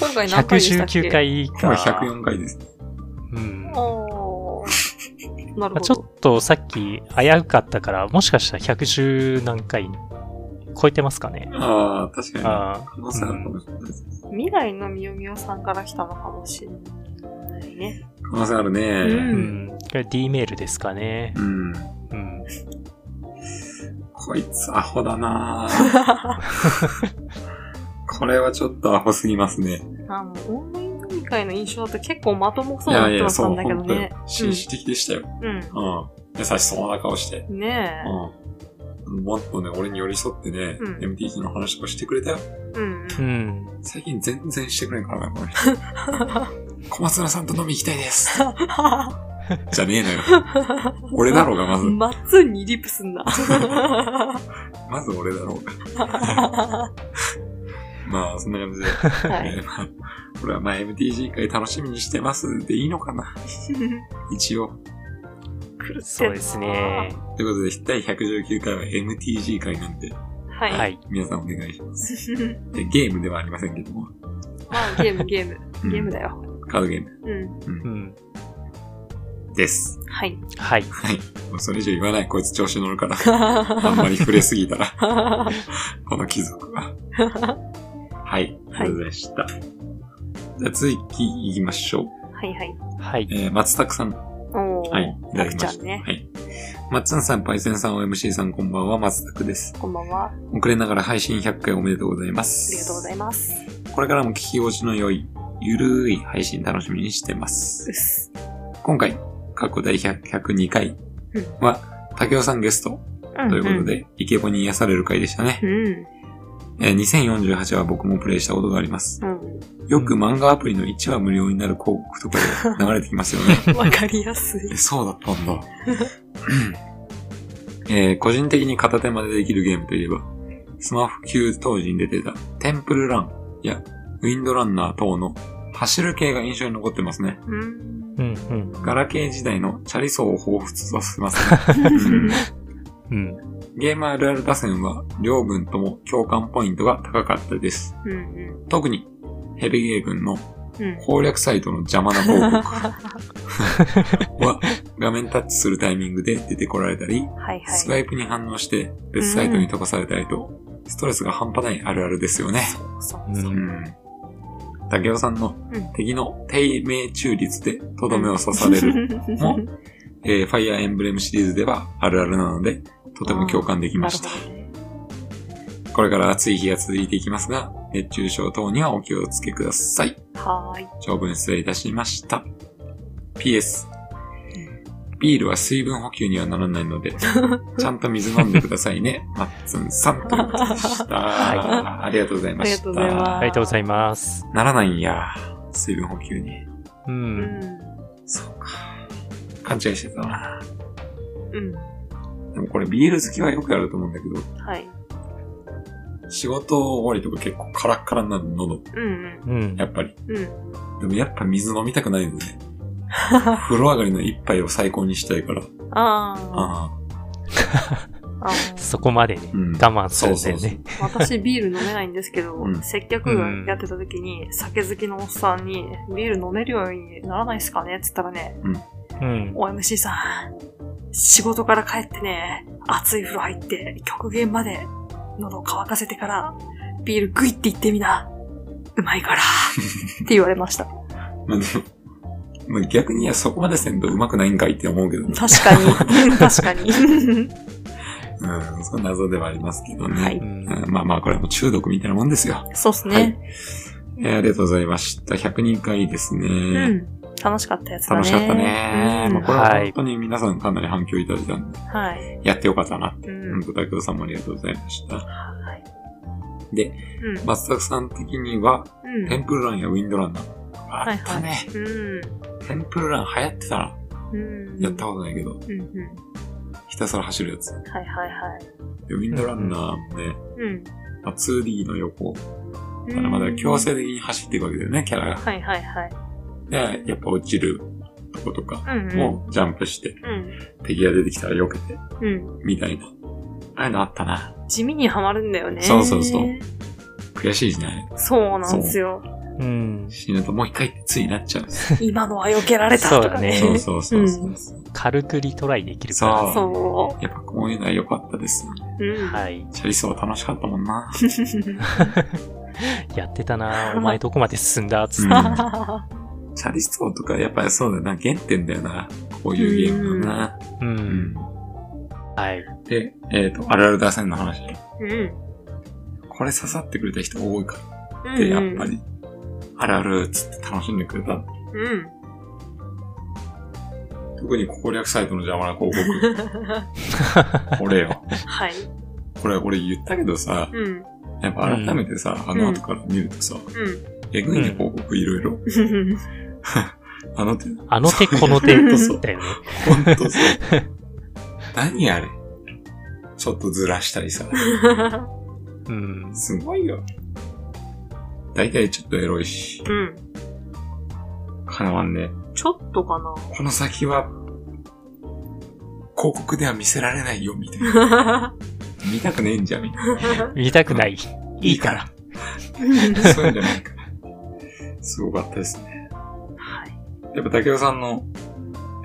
今回何回でしたっけ
119。回
う
か
104回です。
うん
おーなる
まあ
ほ
ちょ
ど。
っとさっき危うかったから、もしかしたら110何回超えてますかね。
ああ、確かに。可
ああ
能性あるかもしれないです。
未来のみよみよさんから来たのかもしれないね。
可能性ある
う
ね。
ん。これ D メールですかね。
うん。
うん。
こいつアホだ な。これはちょっとアホすぎますね。
あの、オンライン飲み会の印象だと結構まとも
い
そうだ
やい
って
や、
なった
そ
ん
う、
だけど
本当に
ね。。
紳士的でしたよ。うん。優しそうな顔して。
うん。ね
うん。もっとね、俺に寄り添ってね、
うん
MTG の話とかしてくれたよ。
え。うん。
うん。
最近全然してくれんからな、この人。 小松菜さんと飲み行きたいです。じゃねえのよ。俺だろうが、まず。
マッツンにリプすんな。
まず俺だろうが。
は
まあ、そんな感じで。え
い。
ーまあこれはまあ MTG 会楽しみにしてますでいいのかな一応。
そうですね。
ということで、第119回は MTG 会なんで、
はい。
はい。
皆さんお願いします。でゲームではありませんけども。
まあ、ゲーム、ゲーム。
うん
ゲームだよ。
カードゲーム
うん。
うん。
です。
はい。
はい。
はい。もうそれ以上言わない。こいつ調子乗る から。あんまり触れすぎたら、この貴族 は。はい。ありがとうございました。じゃあ、続き行きましょう。
はいはい。
はい。
えー、松拓さん。
おー。
はい。いただきま
拓
し
ちゃ
た。
んね
はい。松んさん、パイセンさん、OMC さん、こんばんは。松拓です。
こんばんは。あ
遅れながら配信100回おめでとうございます。
りがとうございます。
これからも聞き心地の良い、ゆるい配信楽しみにしてま
う
す
っ。す。
今回、過去第100 102回は、竹雄さんゲストということ。で、イケボに癒される回でしたね
う。ん。
えー2048は僕もプレイしたことがあります。
うん。
よく漫画アプリの1話無料になる広告とかで流れてきますよね。
わかりやすい。
えそうだったんだ。えー個人的に片手までできるゲームといえば、スマホ級当時に出てたテンプルランやウィンドランナー等の走る系が印象に残ってますね。
うん
う。んうん。
ガラケー時代のチャリ層を彷彿とさせ ますね。うん
うん。
ゲームあるある打線は両軍とも共感ポイントが高かったです。
うん。うん。
特にヘビゲー軍の
うん。
攻略サイトの邪魔な広告は画面タッチするタイミングで出てこられたり、
はい
スカ
はい。
イプに反応して別サイトに飛ばされたりと、ストレスが半端ないあるあるですよね。
そうそうう。
ん。竹雄さんの
うん
敵の低迷中率でとどめを刺される、も えーファイアーエンブレムシリーズではあるあるなので、とても共感できま した。これから暑い日が続いていきますが、熱中症等にはお気をつけください。
はーい。
長文失礼いたしました。PS。ビールは水分補給にはならないの で、ちゃんと水飲んでくださいね。マッツンさんということでした。
は
ありがとうございました。
ありがとうございます
ありがとうございます。
ならないんや。水分補給に。
う。
うんん。
そうか。勘違いしてたな。
うん。
でもこれビール好きはよくやると思うんだけど、
はい。
仕事終わりとか結構カラッカラになる喉。
うん
うん
や。っぱり。
うん。うん。
でもやっぱ水飲みたくないの ね。風呂上がりの一杯を最高にしたいから。
あー
ああ。
あー。
そこまでね
う。ん。
我慢するんだ
そ
よ
うそう
ね。
私ビール飲めないんですけど、
うん
接客やってた時に酒好きのおっさんにビール飲めるようにならないですかねって言ったらね、
うん。
OMC さん、仕事から帰ってね、熱い風呂入って、極限まで喉乾かせてから、ビールグイっていってみな。うまいから。って言われました。
まあでも、 まあ、逆にいやそこまでせんとうまくないんかいって思うけどね。
確か に。確かに。
うん、その謎ではありますけどね。
はい
うん
うんまあまあ、これはもう中毒みたいなもんですよ。
そうっすね。
はいえーありがとうございました。102回ですね。
うん。楽しかったやつだね。
楽しかったね。
うん
まあ、これは本当に皆さんかなり反響いただいたんで、
はい。
やってよかったな。
うん。
本当、大工さんもありがとうございました。
はい。
で、
うん。
松崎さん的には、
うん。
テンプルランやウィンドランナー。あ
はい
ったね、
はい。うん。
テンプルラン流行ってたな。
うん。
やったことないけど、
うんうん。
ひたすら走るやつ。
はいはいはい。
でウィンドランナーもね、
うん。
まあ、2D の横か
う
ら
ん
まだ強。制的に走っていくわけだよね、キャラが。
はいはいはい。
で、やっぱ落ちるとことか
うん、うん。
もジャンプして、
うん。
敵が出てきたら避けて、
うん。
みたいな。ああいうのあったな。
地味にはまるんだよね。
そうそうそう。悔しいじゃない
そうなんですよ。
うん。
死ぬともう一回ってついになっちゃうんです。
今のは避けられたとかね。
そうそうそうそうそう、
軽くリトライできる
そ
か
う
そ
やっぱこういうのは良かったですね。
う。う
ら。
ん。
はい。
チャリソー楽しかったもんな。
やってたなお前どこまで進んだつっ
うん
て。
チャリソーとかやっぱりそうだよな、原点だよな。こういうゲームだな。
う。
うんん。
はい。
で、えっ、と、あるある打線の話。
うん。
これ刺さってくれた人多いか
う
っ
ん。
て、やっぱ。り、あるあるっつって楽しんでくれた。
うん。
特に攻略サイトの邪魔な広告。これ よ。
はい。
これ俺言ったけどさ、
うん。
やっぱ改めてさ、あの後から見るとさ、えぐいね、
うん
広告いろいろ。
うん。
あの手、
あの手この手
そう
そう
だよね。
ほん とそう。何あれちょっとずらしたりさ。
うん。
すごいよ。大体ちょっとエロいし、
うん。
かなわんね。
ちょっと か
この先は、広告では見せられないよ、みたいな。
な。
見たくねえんじゃん、みたいな。
見たくない。
いいから。そういうんじゃないから。すごかったですね。
はい。
やっぱ竹雄さんの、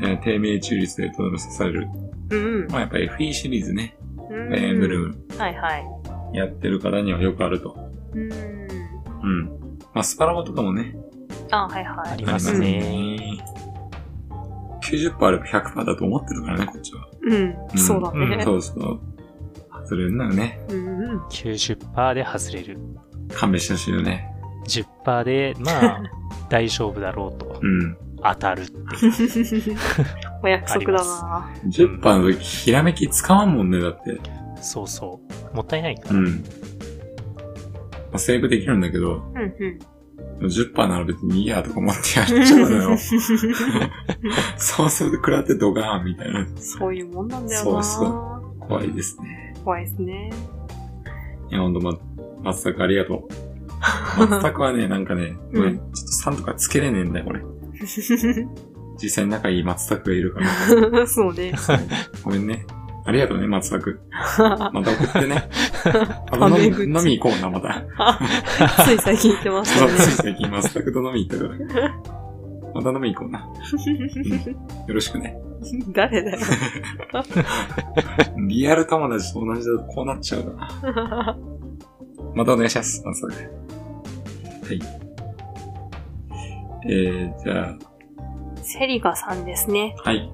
えー低迷中率でとどめ刺される。
うん。
まあやっぱ FE シリーズね。
うん
エンブルーム
はいはい。
やってる方にはよくあると。
うん。
うん。まあスパラボとかもね。
あ、はいはい。
ありますね。
90%あれば100%だと思ってるからね、こっちは。
うん。
ん
そうだ
う
ね
ん。
そうそう。外れるんだよね。
うんうん。
90%で外れる。
勘弁してほしいよね。
10%で、まあ、大丈夫だろうと
う。ん。
当たるって
お約束だな。
10%の時、ひらめき使わんもんね、だって。
そうそう。もったいないか
う
ら。
ん。まあ、セーブできるんだけど、
うんうん。
10%なら別にいいやとか思ってやっちゃうのよ。そうすると食らってドガーンみたいな。
そういうもんなんだよな。
そうそ怖いですね。
怖いですね。
いや、ほんと、ま、松坂ありがとう。松坂はね、なんかね、
うん
俺、ちょっと3とかつけれねえんだよ、俺。実際仲いい松坂がいるから。
そうね。
ごめんね。ありがとうね、松坂。
あ
また送って ね。あ
タ
の、
メ
飲
口
み飲み行こうな、また。
つい最近言ってまし
そ
た
う、つい
ね。
最近松坂と飲み行ったから。また飲み行こうな。よろしくね。
誰だよ。
リアル友達と同じだとこうなっちゃうな。またお願いします。松坂。はい。えー、じゃ
セリカさんですね。
あ、はい。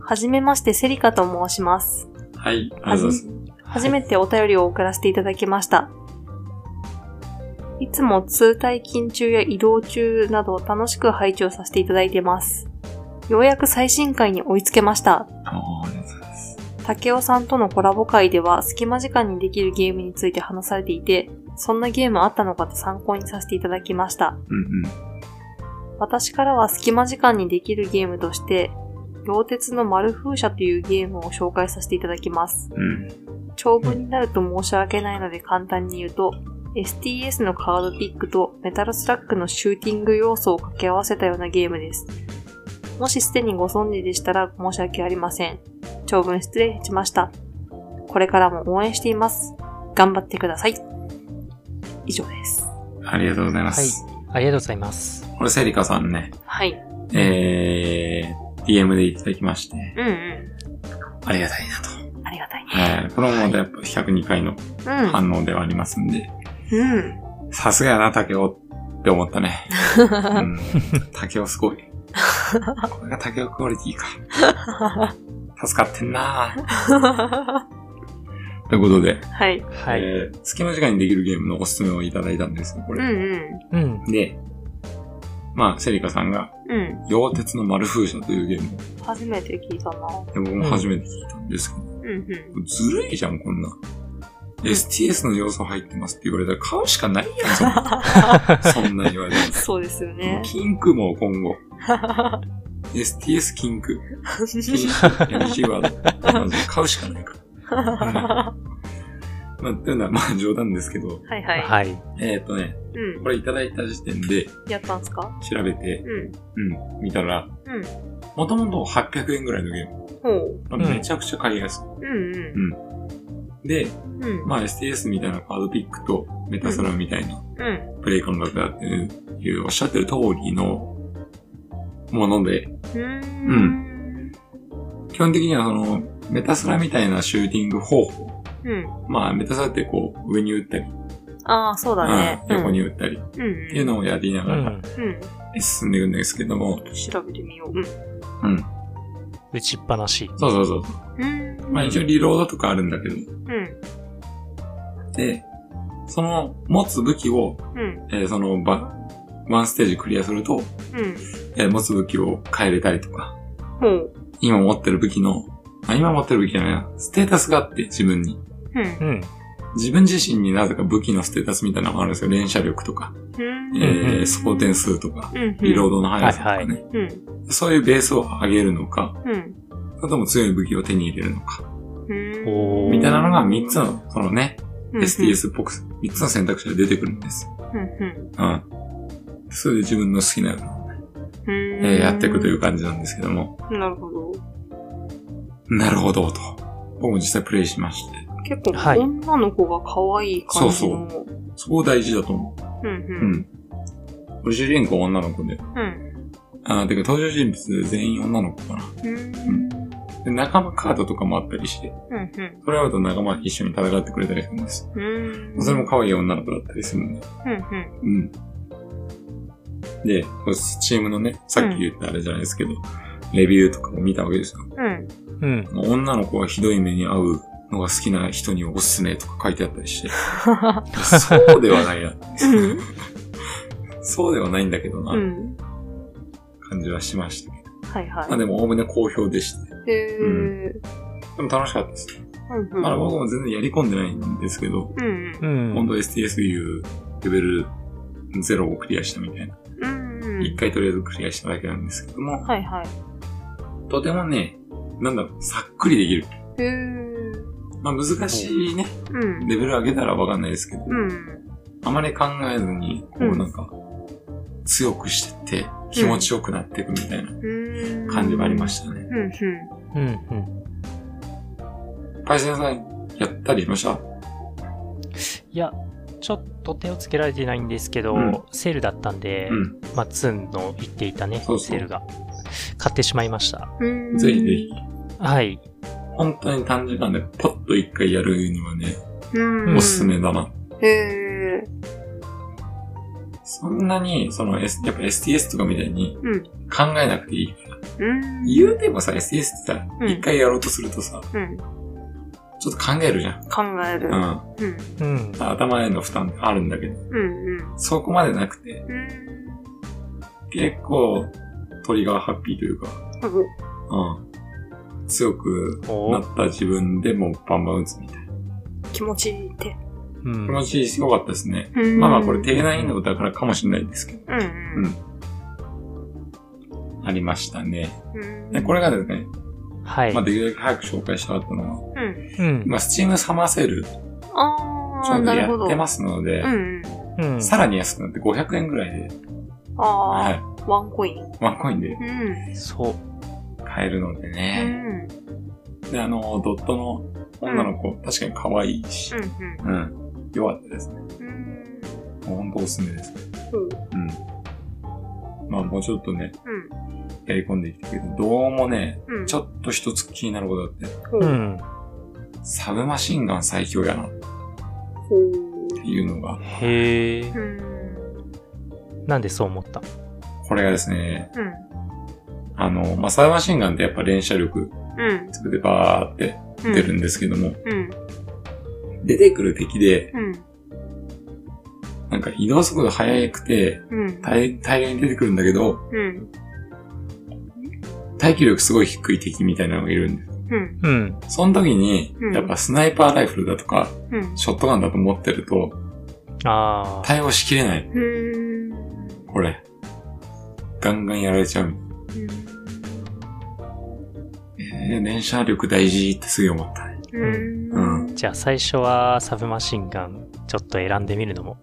はじめまして、セリカと申します。
はい、ありがとうございます。
初めてお便りを送らせていただきました。いつも通体勤中や移動中など楽しく拝聴させていただいてます。ようやく最新回に追いつけました。
あーありがとうございます。
竹雄さんとのコラボ会では隙間時間にできるゲームについて話されていて、そんなゲームあったのかと参考にさせていただきました。
うんうん。
私からは隙間時間にできるゲームとして、両鉄の丸風車というゲームを紹介させていただきます。
うん。
長文になると申し訳ないので簡単に言うと、STS のカードピックとメタルスラックのシューティング要素を掛け合わせたようなゲームです。もしすでにご存知でしたら申し訳ありません。長文失礼しました。これからも応援しています。頑張ってください。以上です。
ありがとうございます。
ありがとうございます。
これ、セリカさんね、
はい。
えー、DM でいただきまして、
うんうん。
ありがたいなと。
ありがたいね。
はい。これもまたやっぱ102回の
うん。
反応ではありますんで、
うん。
さすがやな、竹雄って思った ね。うん、竹雄すごい。これが竹雄クオリティか。助かってん な
は
ということで、
い。
はい。
えー隙間時間にできるゲームのおすすめをいただいたんですよ、こ
うん
れ。
う
うん。
で、まあ、セリカさんが、
ん。うん。
溶鉄の丸風車というゲーム
初めて聞いたな。
で僕も初めて聞いたんですけど、
うんう
ずるいじゃん、こんな。STS の要素入ってますって言われたら買うしかない やん、そんな。そんな言われたら
ん。そうですよ ね。
キンクも今 後。STS キンク。キンク。やめちワード。マジで買うしかないから。
は
まあ、というのは、まあ冗談ですけど、
いはい。
はい。
えっ、とね、
う
これいただいた時点で
ん。やったんすか
調べて、
うん。
うん、見たら、
うん。
もともと800円ぐらいのゲーム。
ほう。
まあめちゃくちゃ買いやす
うんうん。
い。で、
うん。
まあ STS みたいなカードピックとメタサラみたいな
うん。
プレイ感覚だっていうおっしゃってる通りのもので、
うん。
基本的にはそのメタサラみたいなシューティング方法。
うん。
まあメタサラってこう上に打ったり、
ああ、そうだね。
うん横に
っ
打ったりってていう
い
のをやりな
う
がら
ん。
うん。
進んでいくんですけども、
調べてみよう。うん。
うん。
打ちっぱなし。
そうそうそう。
うん。
まあ一応リロードとかあるんだけど、
うん。
で、その持つ武器を、
うん。
えーそのば、ワンステージクリアすると、
うん。
えー持つ武器を変えれたりとか、
ほう。
今持ってる武器の、あ、今持ってる武器じゃないな、ステータスがあって自分に。
うん。
うん。
自分自身になぜか武器のステータスみたいなのがあるんですよ。連射力とか、
うん。
えー、装填数とか、
うん。
リロードの速さとかね、
はいは
うん。
そういうベースを上げるのか、
うん。
それとも強い武器を手に入れるのか、
うん。
おー
みたいなのが3つの、そのね、
うん。
SDS っぽく3つの選択肢が出てくるんです。
うん。
うん。それで自分の好きなような、
うん。
えーやっていくという感じなんですけども、
なるほど。
なるほど、と。僕も実際プレイしまして、
結構、
はい
女の子が可愛い感じの。う
そこ大事だと思
んう。
う。うんん。俺主人公女の子で、
うん。
あーてか登場人物全員女の子かな。
うん。うん。
で、仲間カードとかもあったりして、
うん。
それをやると仲間が一緒に戦ってくれたりするんです。
うん。
それも可愛い女の子だったりするんで。
うん。うん。
うん。で、こうチームのね、さっき言ったあれじゃないですけど、レビューとかも見たわけですよ。
うん。
うん。
もう女の子がひどい目に遭うのが好きな人におすすめとか書いてあったりして、そうではない な。
うん。
そうではないんだけどな、
うん。
感じはしましたけど。
はい
まあ
は
でも、おおむね好評でして。
い。へー。
でも楽しかったです。
うん。う
まだ
ん。
僕も全然やり込んでないんですけど、
うん。
うん。
本当 STSU レベル0をクリアしたみたいな。
うん。う
一
ん。
回とりあえずクリアしただけなんですけども、
はいはい。
とてもね、なんだろう、さっくりできる。
へー。
まあ難しいね、
うん。
レベル上げたらわかんないですけど、
うん。
あまり考えずに、こ
う
うんなんか、強くしてって気持ちよくなっていくみたいな
うん。
感じがありましたね。
た。うん。
うん。うん。
パイセンさん、やったりしました
いや、ちょっと手をつけられてないんですけど、
うん
セールだったんで、
うん。
まあ、ツンの言っていたね、
そうそう
セールが。買ってしまいました。
うん。うん。
ぜひぜひ。
はい。
本当に短時間でポッと一回やるにはね、
うん。
おすすめだな。
へー。
そんなに、その、S、やっぱ STS とかみたいに
うん
考えなくていい。
うん。
言うてもさ、STS ってさ、
うん
一回やろうとするとさ、
うん。
ちょっと考えるじゃん。
考える
う。ん。
うん。
うん。
頭への負担あるんだけど、
うん。うん。
そこまでなくて、
うん。
結構、トリガーハッピーというか、
うん
うん。強くなった自分でもバンバン打つみたいな。
気持ちいいって。
気
うん。
持ちすごかったですね。
うん
まあまあこれ低難易度だからかもしれないですけど、
うんうん
ありましたね。
うん。
でこれがですね、
はい。
まあできるだけ早く紹介したかったのは、
うん。
うん。
今、スチームサマーセール、ち
あ
ょ
あ、
うど
なる
や
ほ
っ
ど。
てますので
う、んうん。
うん。
さらに安くなって500円ぐらいで、は
あ
い。
あ、ワンコイン。
ワンコインで
うん。
そう。
買えるので
うん。う
ね。
ん
で、あの、ドットの女の子、確かに可愛いし、うん。良かったですね。
うん。うん。
もう本当おすすめです。
そう
うん。まあもうちょっとね、
うん。
やり込んでいったけど、どうもね、
うん。
ちょっと一つ気になることあって、
ほう
うん。
サブマシンガン最強やなって
ほう。
いうのが、
へえ。
うん。
なんでそう思った
これがですね、
うん。
あの、まあ、サブマシンガンってやっぱ連射力、
うん。
それでバーって
うん。
出るんですけども、
うん。
出てくる敵で、
うん。
なんか移動速度速くて、
うん。
大大量に出てくるんだけど、
うん。
耐久力すごい低い敵みたいなのがいるんです。
うん。
うん。
その時に
う、ん
やっぱスナイパーライフルだとか、
うん。
ショットガンだと思ってると、
ああ。
対応しきれない。
うん。
これ。ガンガンやられちゃう。えー、連射力大事ってすぐ思った。
うん。
じゃあ最初はサブマシンガンちょっと選んでみるのも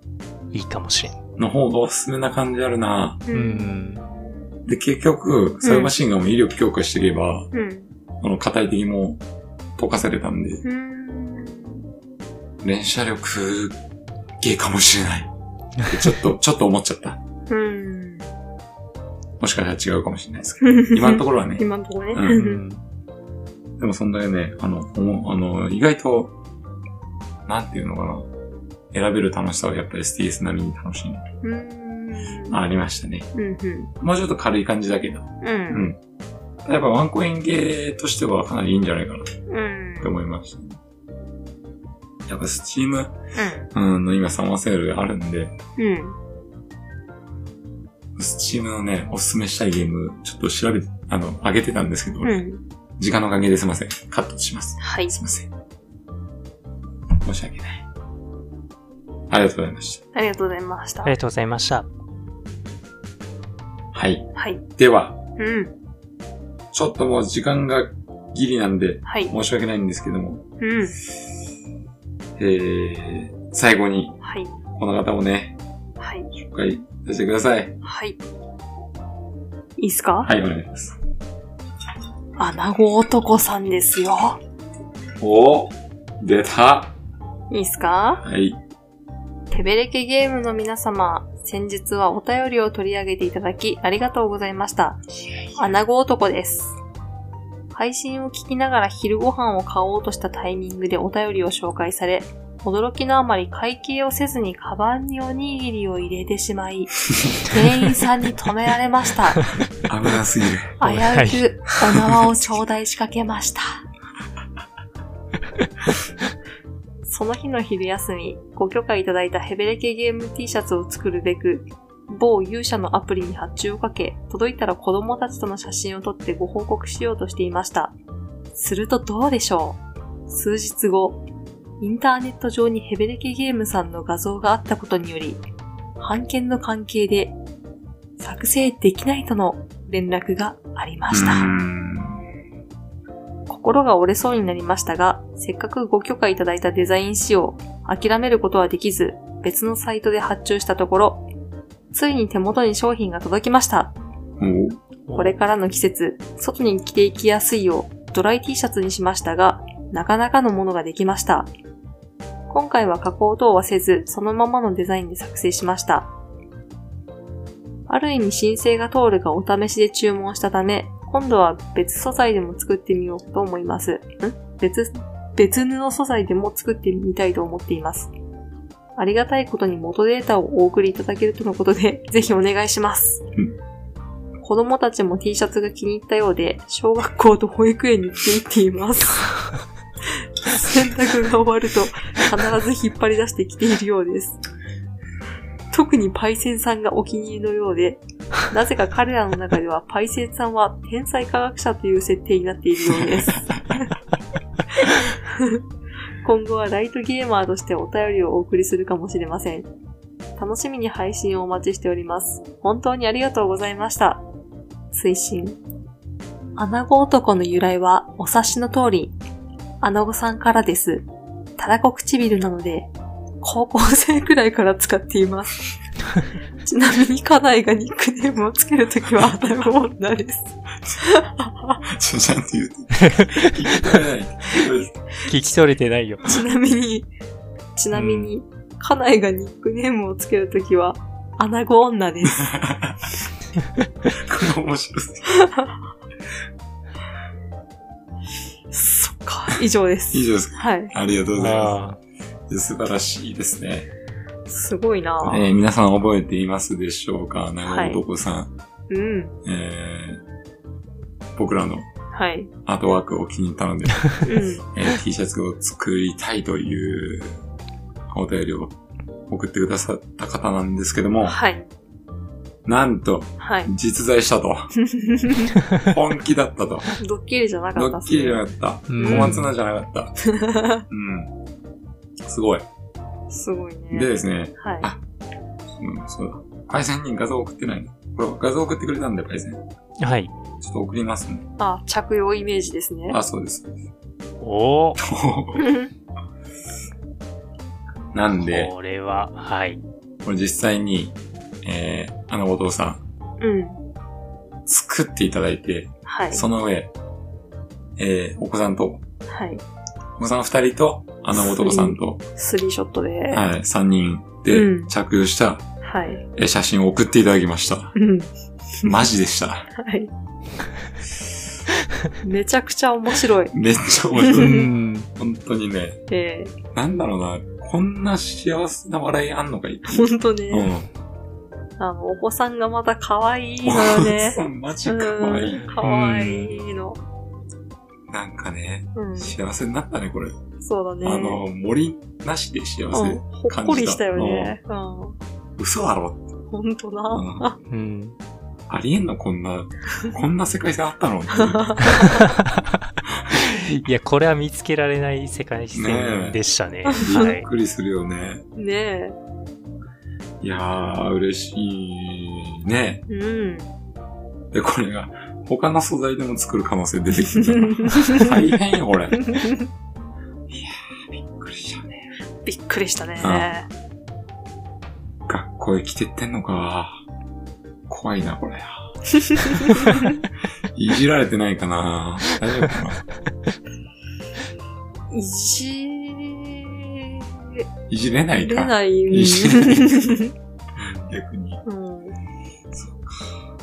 いいかもしれん。
の方がおすすめな感じあるな
う。
うんん。
で、結局、サブマシンガンも威力強化していけば、
うん。
この硬い敵も溶かされたんで、
うん。
連射力すっげえかもしれない。ってちょっと、ちょっと思っちゃった。
うん。
もしかしたら違うかもしれないですけど。 今のところはね。
今のところね。
う。
うんでもそんだけね、あの、思う、あの、意外と、なんていうのかな。選べる楽しさはやっぱり STS 並みに楽しいな
うん。
あありましたね。
うん。うん。
もうちょっと軽い感じだけど。
う。
うんん。やっぱワンコインゲーとしてはかなりいいんじゃないかなって
うん。
思いましたね。やっぱスチーム、うん、の今サマーセールあるんで、
うん。
スチームのね、おすすめしたいゲーム、ちょっと調べて、あの、上げてたんですけど、
うん。
時間の関係ですいません。カットします。
はい。
すいません。申し訳ない。ありがとうございました。
ありがとうございました
あり。がとうございました。
はい。
はい。
では、
うん。
ちょっともう時間がギリなんで、
はい。
申し訳ないんですけども、
うん。
えー、最後に、
はい。
この方をね、
はい。
紹介させてください。
はい。いいっすか
はい、お願いします。
アナゴ男さんですよ。
お出た
いいっすか
はい。
手ベレケゲームの皆様、先日はお便りを取り上げていただきありがとうございました。アナゴ男です。配信を聞きながら昼ご飯を買おうとしたタイミングでお便りを紹介され、驚きのあまり会計をせずにカバンにおにぎりを入れてしまい、店員さんに止められました。
危なすぎる。
危うくお縄を頂戴しかけました。 その日の昼休み、ご許可いただいたヘベレケゲーム T シャツを作るべく、某勇者のアプリに発注をかけ、届いたら子供たちとの写真を撮ってご報告しようとしていました。するとどうでしょう数日後、インターネット上にヘベレケゲームさんの画像があったことにより、版権の関係で、作成できないとの連絡がありました。
うーん
心が折れそうになりましたが、せっかくご許可いただいたデザイン仕様、諦めることはできず、別のサイトで発注したところ、ついに手元に商品が届きました。
お
これからの季節、外に着ていきやすいよう、ドライ T シャツにしましたが、なかなかのものができました。今回は加工等はせず、そのままのデザインで作成しました。ある意味申請が通るがお試しで注文したため、今度は別素材でも作ってみようと思います。ん別、別布素材でも作ってみたいと思っています。ありがたいことに元データをお送りいただけるとのことで、ぜひお願いします。子供たちも T シャツが気に入ったようで、小学校と保育園に着て行っています。洗濯が終わると必ず引っ張り出して着ているようです。特にパイセンさんがお気に入りのようで、なぜか彼らの中ではパイセンさんは天才科学者という設定になっているようです。今後はライトゲーマーとしてお便りをお送りするかもしれません。楽しみに配信をお待ちしております。本当にありがとうございました。推進。穴子男の由来はお察しの通り、穴子さんからです。たらこ唇なので、高校生くらいから使っています。 ちなみに家内がニックネームをつけるときは穴子女です。
ちょ、ちゃんと 言うて。聞き取れない。
聞き取れてないよ。
ちなみに、ちなみに、家内がニックネームをつけるときは、穴子女です。
れ面白すぎる
そっか。以上です。
以上ですか。
はい。
ありがとうございま
あ
す。素晴らしいですね。
すごいな
えー皆さん覚えていますでしょうか長男さん。
うん。
えー僕らの
はい。
アートワークを気に入ったので、
うん。
え ー T シャツを作りたいというお便りを送ってくださった方なんですけども、
はい。
なんと
はい。
実在した と。本気だったと。
ドッキリじゃなか
ド
ったっ
ッ
す
キ
ね
リじゃなかった。小
うん
松菜じゃなかった。 うん。すごい。
すごいね。
でですね、
はい。
あうん、そうだ。パイセンに画像送ってないの。これ画像送ってくれたんで、パイセン。ちょ
ーはい。
っと送りますね。
あ、着用イメージですね。
あ、そうです。
おお。
なんで、
これは、はい。
これ実際に、えー、あのお父さん、
うん。
作っていただいて、
はい。
その上、えー、お子さんと、
はい。
お子さん二人と、あの男さんと、
スリーショットで。は
はい、三人
う
で
ん
着用した、
い。
えー写真を送っていただきま した。
うん。
マジでした。
はい。 めちゃくちゃ面白い。
めっちゃ面白
う
い。
ん。
本当にね、
ええ
なんだろうな、こんな幸せな笑いあんのかい
ほんと
う
ね、
ん。
あの、お子さんがまた可愛いのよね。
そうマジ可愛い。
可愛いの。
なんかね、
うん。
幸せになったね、これ。
そうだね。
あの、森なしで幸
うん
せ。、
ほっこりしたよね。うん。
嘘だろ。
ほんと
うん
な。
うん。
ありえんの、こんな、こんな世界線あったのね
いや、これは見つけられない世界
ねえ
線でしたね。は
びっ
い。
くりするよね。
ね
いやー、嬉しいね。
え。うん。
で、これが、他の素材でも作る可能性出てきてる。大変よ、これ。びっくりしたね。
びっくりしたね。
学校へ来てってんのか。怖いな、これ。 いじられてないかな。大丈夫かな。
いじ
いじれない
れ
か。
ない。
いじれない
うん
逆に。
うん
そうか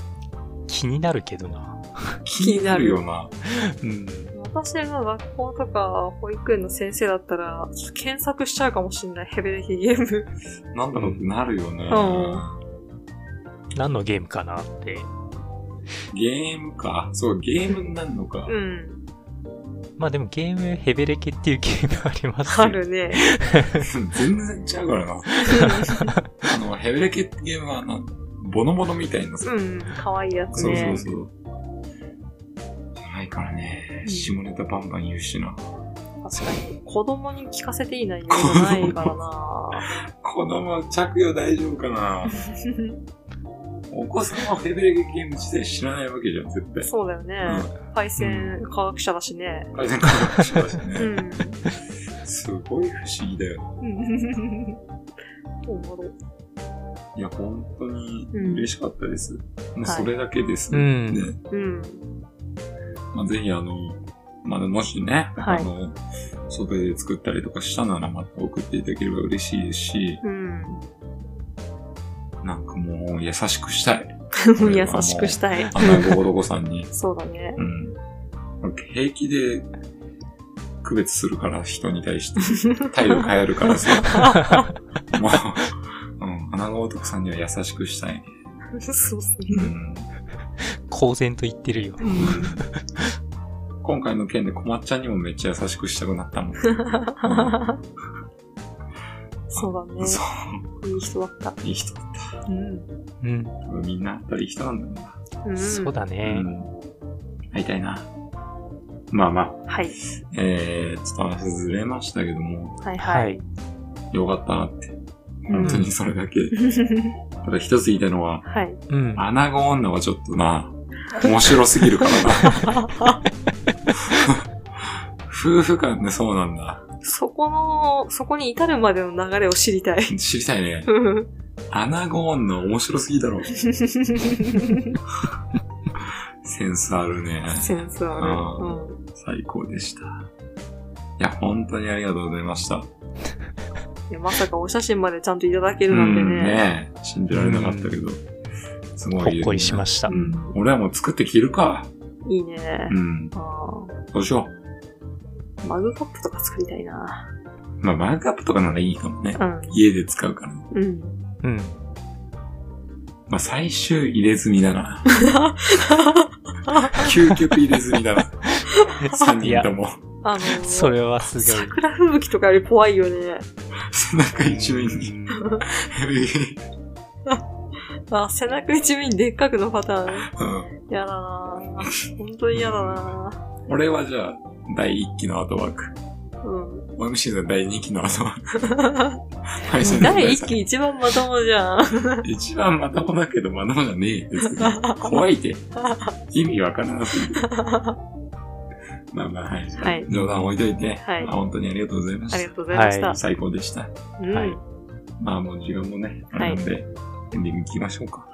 気になるけどな。
気になるよな。
うん。
私が学校とか保育園の先生だったら、検索しちゃうかもしんない。ヘベレヒゲーム。
なんだろうってなるよね。
う
何のゲームかなって。
ゲームか。そう、ゲームになるのか。
うん。
まあでもゲーム、ヘベレケっていうゲームありますよ
あるね。
全然ちゃうからな。あの、ヘブレケってゲームは、あの、ボノボノみたいなさ。
うん。かわいいやつ
そうそ
ね
う。そう。じゃないからね
う。ん
下ネタバンバン言うしな。
確かに。子供に聞かせていい内容じゃないからな。
子供着用大丈夫かなお子さんはヘブレケゲーム自体知らないわけじゃん、絶対。
そうだよね。パイセン科学者だしね。
改善科学者だし
う
ね。
ん。
すごい不思議だよね。
うんおもろ。
いや、本当に嬉しかったです。もうそれだけです。
うん
ね
うん。
まあ、ぜひあの、まあ、もしね、
はい
あの、外で作ったりとかしたならまた送っていただければ嬉しいですし、
うん。
なんかもう優しくしたい。
優しくしたい。
あんなゴゴゴさん に。
そうだね。
うん。平気で区別するから、人に対して。態度変えるからさ。 もう、うん、穴子男さんには優しくしたいね。
そうっす
う
ね。
ん。
公然と言ってるよ。
今回の件で小松ちゃんにもめっちゃ優しくしたくなった もん。
そうだね。
そ
いい人だった。
う。いい人だった。
うん。
うん。
多分みんなあったりいい人なんだろうな。
うん、
そうだ
う
ね。
ん。会いたいな。まあまあ、
はい。
えー、ちょっと話ずれましたけども、
はい
は
はい。
い。
よかったなって。
うん
本当にそれだけ。ただ一つ言いたいのは、
はい。
うん。
アナゴ女はちょっとな、面白すぎるからな。夫婦間でそうなんだ。
そこの、そこに至るまでの流れを知りたい。
知りたいね。
うん
アナゴ女面白すぎだろ。センスあるね。
センスある。うん
最高でした。いや、本当にありがとうございました。
いや。まさかお写真までちゃんといただけるなんて
うん
ね。
ねえ信じられなかったけど。すごい
ほ
い
っ
いですね
こりしました。
うん。
俺はもう作って着るか。
いいね
う。ん。
あー
どうしよ
マグカップとか作りたいな。
う。まあ、マークアップとかならいいかもね。
うん。
家で使うから。
うん。
うん。
まあ、最終入れ墨だ な。究極入れ墨だな。3
い
人
や
とも。
あの
それはすごい。
桜吹雪とかより怖いよね。
背中一面に。
あ、背中一面にでっかくのパターン。
うん
やだなぁ。本当にやだな
俺はじゃあ、第1期のアートワーク。
ぁ。うん。
俺のシーズン第2期のアートワーク。配信の
第
第
一
三
期一番まともじゃん。
一番まともだけど、まともじゃねえよ別に。怖いって。意味わからなすぎる。まあまあ、はい。
はい
冗談置いといて。
はい
まあ、本当にありがとうございまし
あ
た
り。がとうございました。
は
最高でした。
うん。
は
はいい。
まあもう時間もね、あるので、エンディング行きましょうか。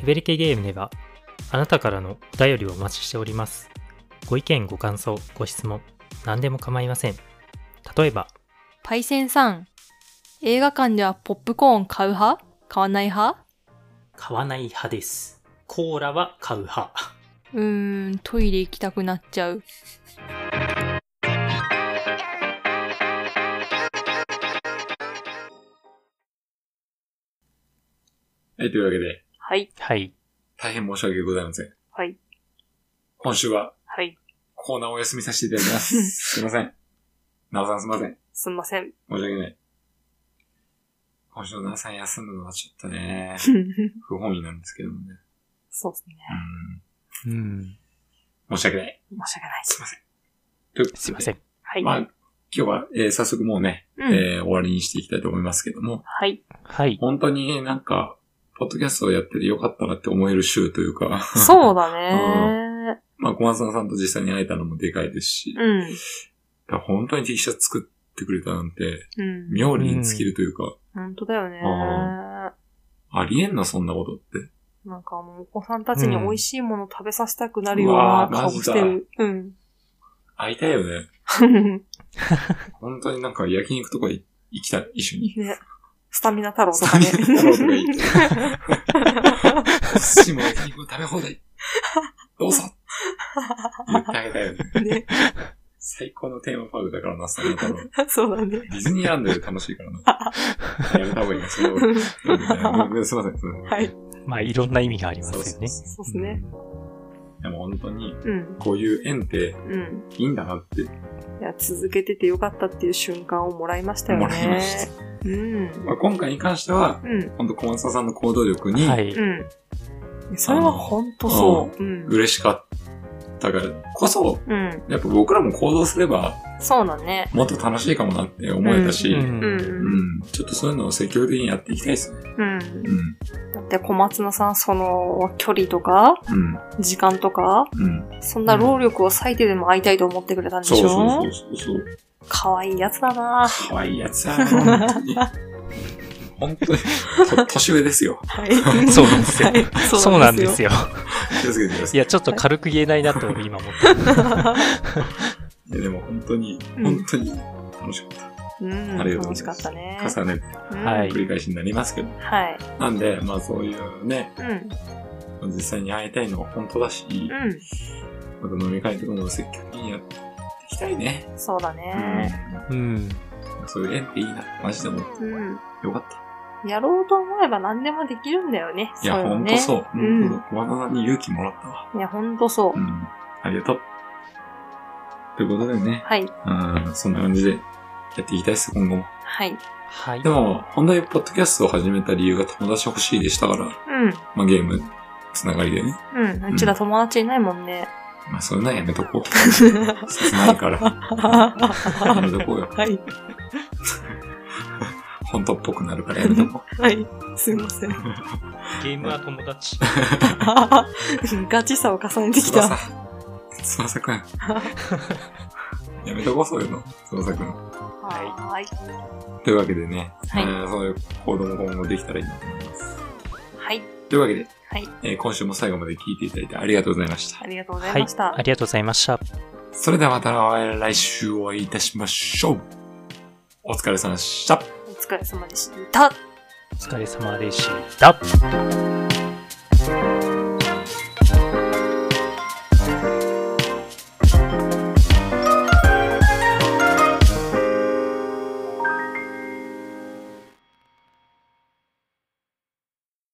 ヘベレケゲームではあなたからのお便りをお待ちしております。ご意見、ご感想、ご質問、何でも構いません。例えば、
パイセンさん、映画館ではポップコーン買う派買わない派
買わない派です。コーラは買う派。
うーん、トイレ行きたくなっちゃう。
はい、というわけで、
はい。
はい。
大変申し訳ございません。
はい。
今週は
はい。
コーナーをお休みさせていただきます。 すいません。なおさんすいません。申し
すんま せん。
訳ない。今週なおさん休むのはちょっと ね、不本意なんですけどもね。
そうですね。
うん。
うん。申し訳ない。
申し訳ない。
すいません。ということです
いません。
はい。
まあ、今日は、えー早速もうね、
うん
えー終わりにしていきたいと思いますけども、
はい。
はい。
本当になんか、ポッドキャストをやっててよかったなって思える週というか、
そうだね。
まあ、小松菜さんと実際に会えたのもでかいですし、
うん。
本当に T シャツ作ってくれたなんて、
うん。
妙利に尽きるというか、
本当だよね。
ありえんな、そんなことって。
なんかあの、お子さんたちに美味しいもの食べさせたくなるよう
うわ
な
ー
顔してる。うん。
会いたいよね。本当になんか焼肉とか行きたい、一緒に。
ね。スタミナ太郎と
スタ
か
ミ
ね。
ナ太郎とか行って。お寿司も焼肉も食べ放題。どうぞ言ってあげたいよね。
ね。
最高のテーマパークだからな、スタミナ太郎。
そうだ
デ
ね。
ィズニーランドより楽しいからな。やめた方がいいな、それを。うんすいません。すいません
はい。
まあ、いろんな意味がありま
そう
す
そ
よ
う
ね。
そ
そうですね。
う。でも本当に、
うん。
こういう縁って
うん。
いいんだなって
いや、続けててよかったっていう瞬間をもらいましたよね。
もらいまし
うん。
まあ、今回に関しては、
うん。
本当小松田さんの行動力に
はい。。
うん。それは本当そう。うん。
嬉しかったからこそ、
うん。
やっぱ僕らも行動すれば
そうだね。
もっと楽しいかもなって思えたし、うん
うんん。
ちょっとそういうのを積極的にやっていきたいですね。
うん。
うん。
だって小松菜さん、その、距離とか、
うん。
時間とか、
うん。
そんな労力を割いてでも会いたいと思ってくれたんでし
そ
ょ
うそうそうそう。
可愛いやつだな
かわいいやつだな、本当に。本当に、と年上ですよ。
はい
そうなんですよ
はい
そうなんです
よ。
よ。
気をつけてくだ
い
さい。
や、ちょっと軽く言えないなと今思った。
いやでも本当に、
うん
本当に楽しかっ
うん、
ありがとうご
楽
ざ
し
い
か
ま
っ
す
た
た。重
ね。
ねて
うん
はい
繰り返しになりますけど。
はい。
なんで、まあそういうね、
うん。
実際に会いたいのは本当だし、
う
また飲み会とかも積極的にやっていきたいね。
ん。そうだね。
うん。
そういう縁っていいな。マジでもう
うん。
よかった。
やろうと思えば何でもできるんだよね。
いや、
そう
ほ
の
ん
ね
とそう。ほ
うん
んとそう。小和田さんに勇気もらったわ。
いや、ほんとそうう。
ん。ありがとう。ということでね、
はい。
うん、そんな感じでやっていきたいです、今後も。
はい。
はい
で。 も、本当にポッドキャストを始めた理由が友達欲しいでしたから、
う
まあゲームつながりでね。
ん。うん。うちら友達いないもんね。
まあそういうのはやめとこう。切ないから。やめとこうよ。
はい。
本当っぽくなるからやめとこ
はい。すいません。
ゲームは友達。
ガチさを重ね
う。
てきた。
翼。翼くん。やめとこう、そういうの。翼くん。
はい。
というわけでね、
はい
えーそういう行動も今後できたらいいなと思います。
はい。
というわけで、
はい
えー今週も最後まで聞いていただいてありがとうございました。
ありがとうございました。
ありがとうございました。
それではまた来週お会いいたしましょう。お疲れ様でした。
お疲れ様でした。
お疲れ様でした。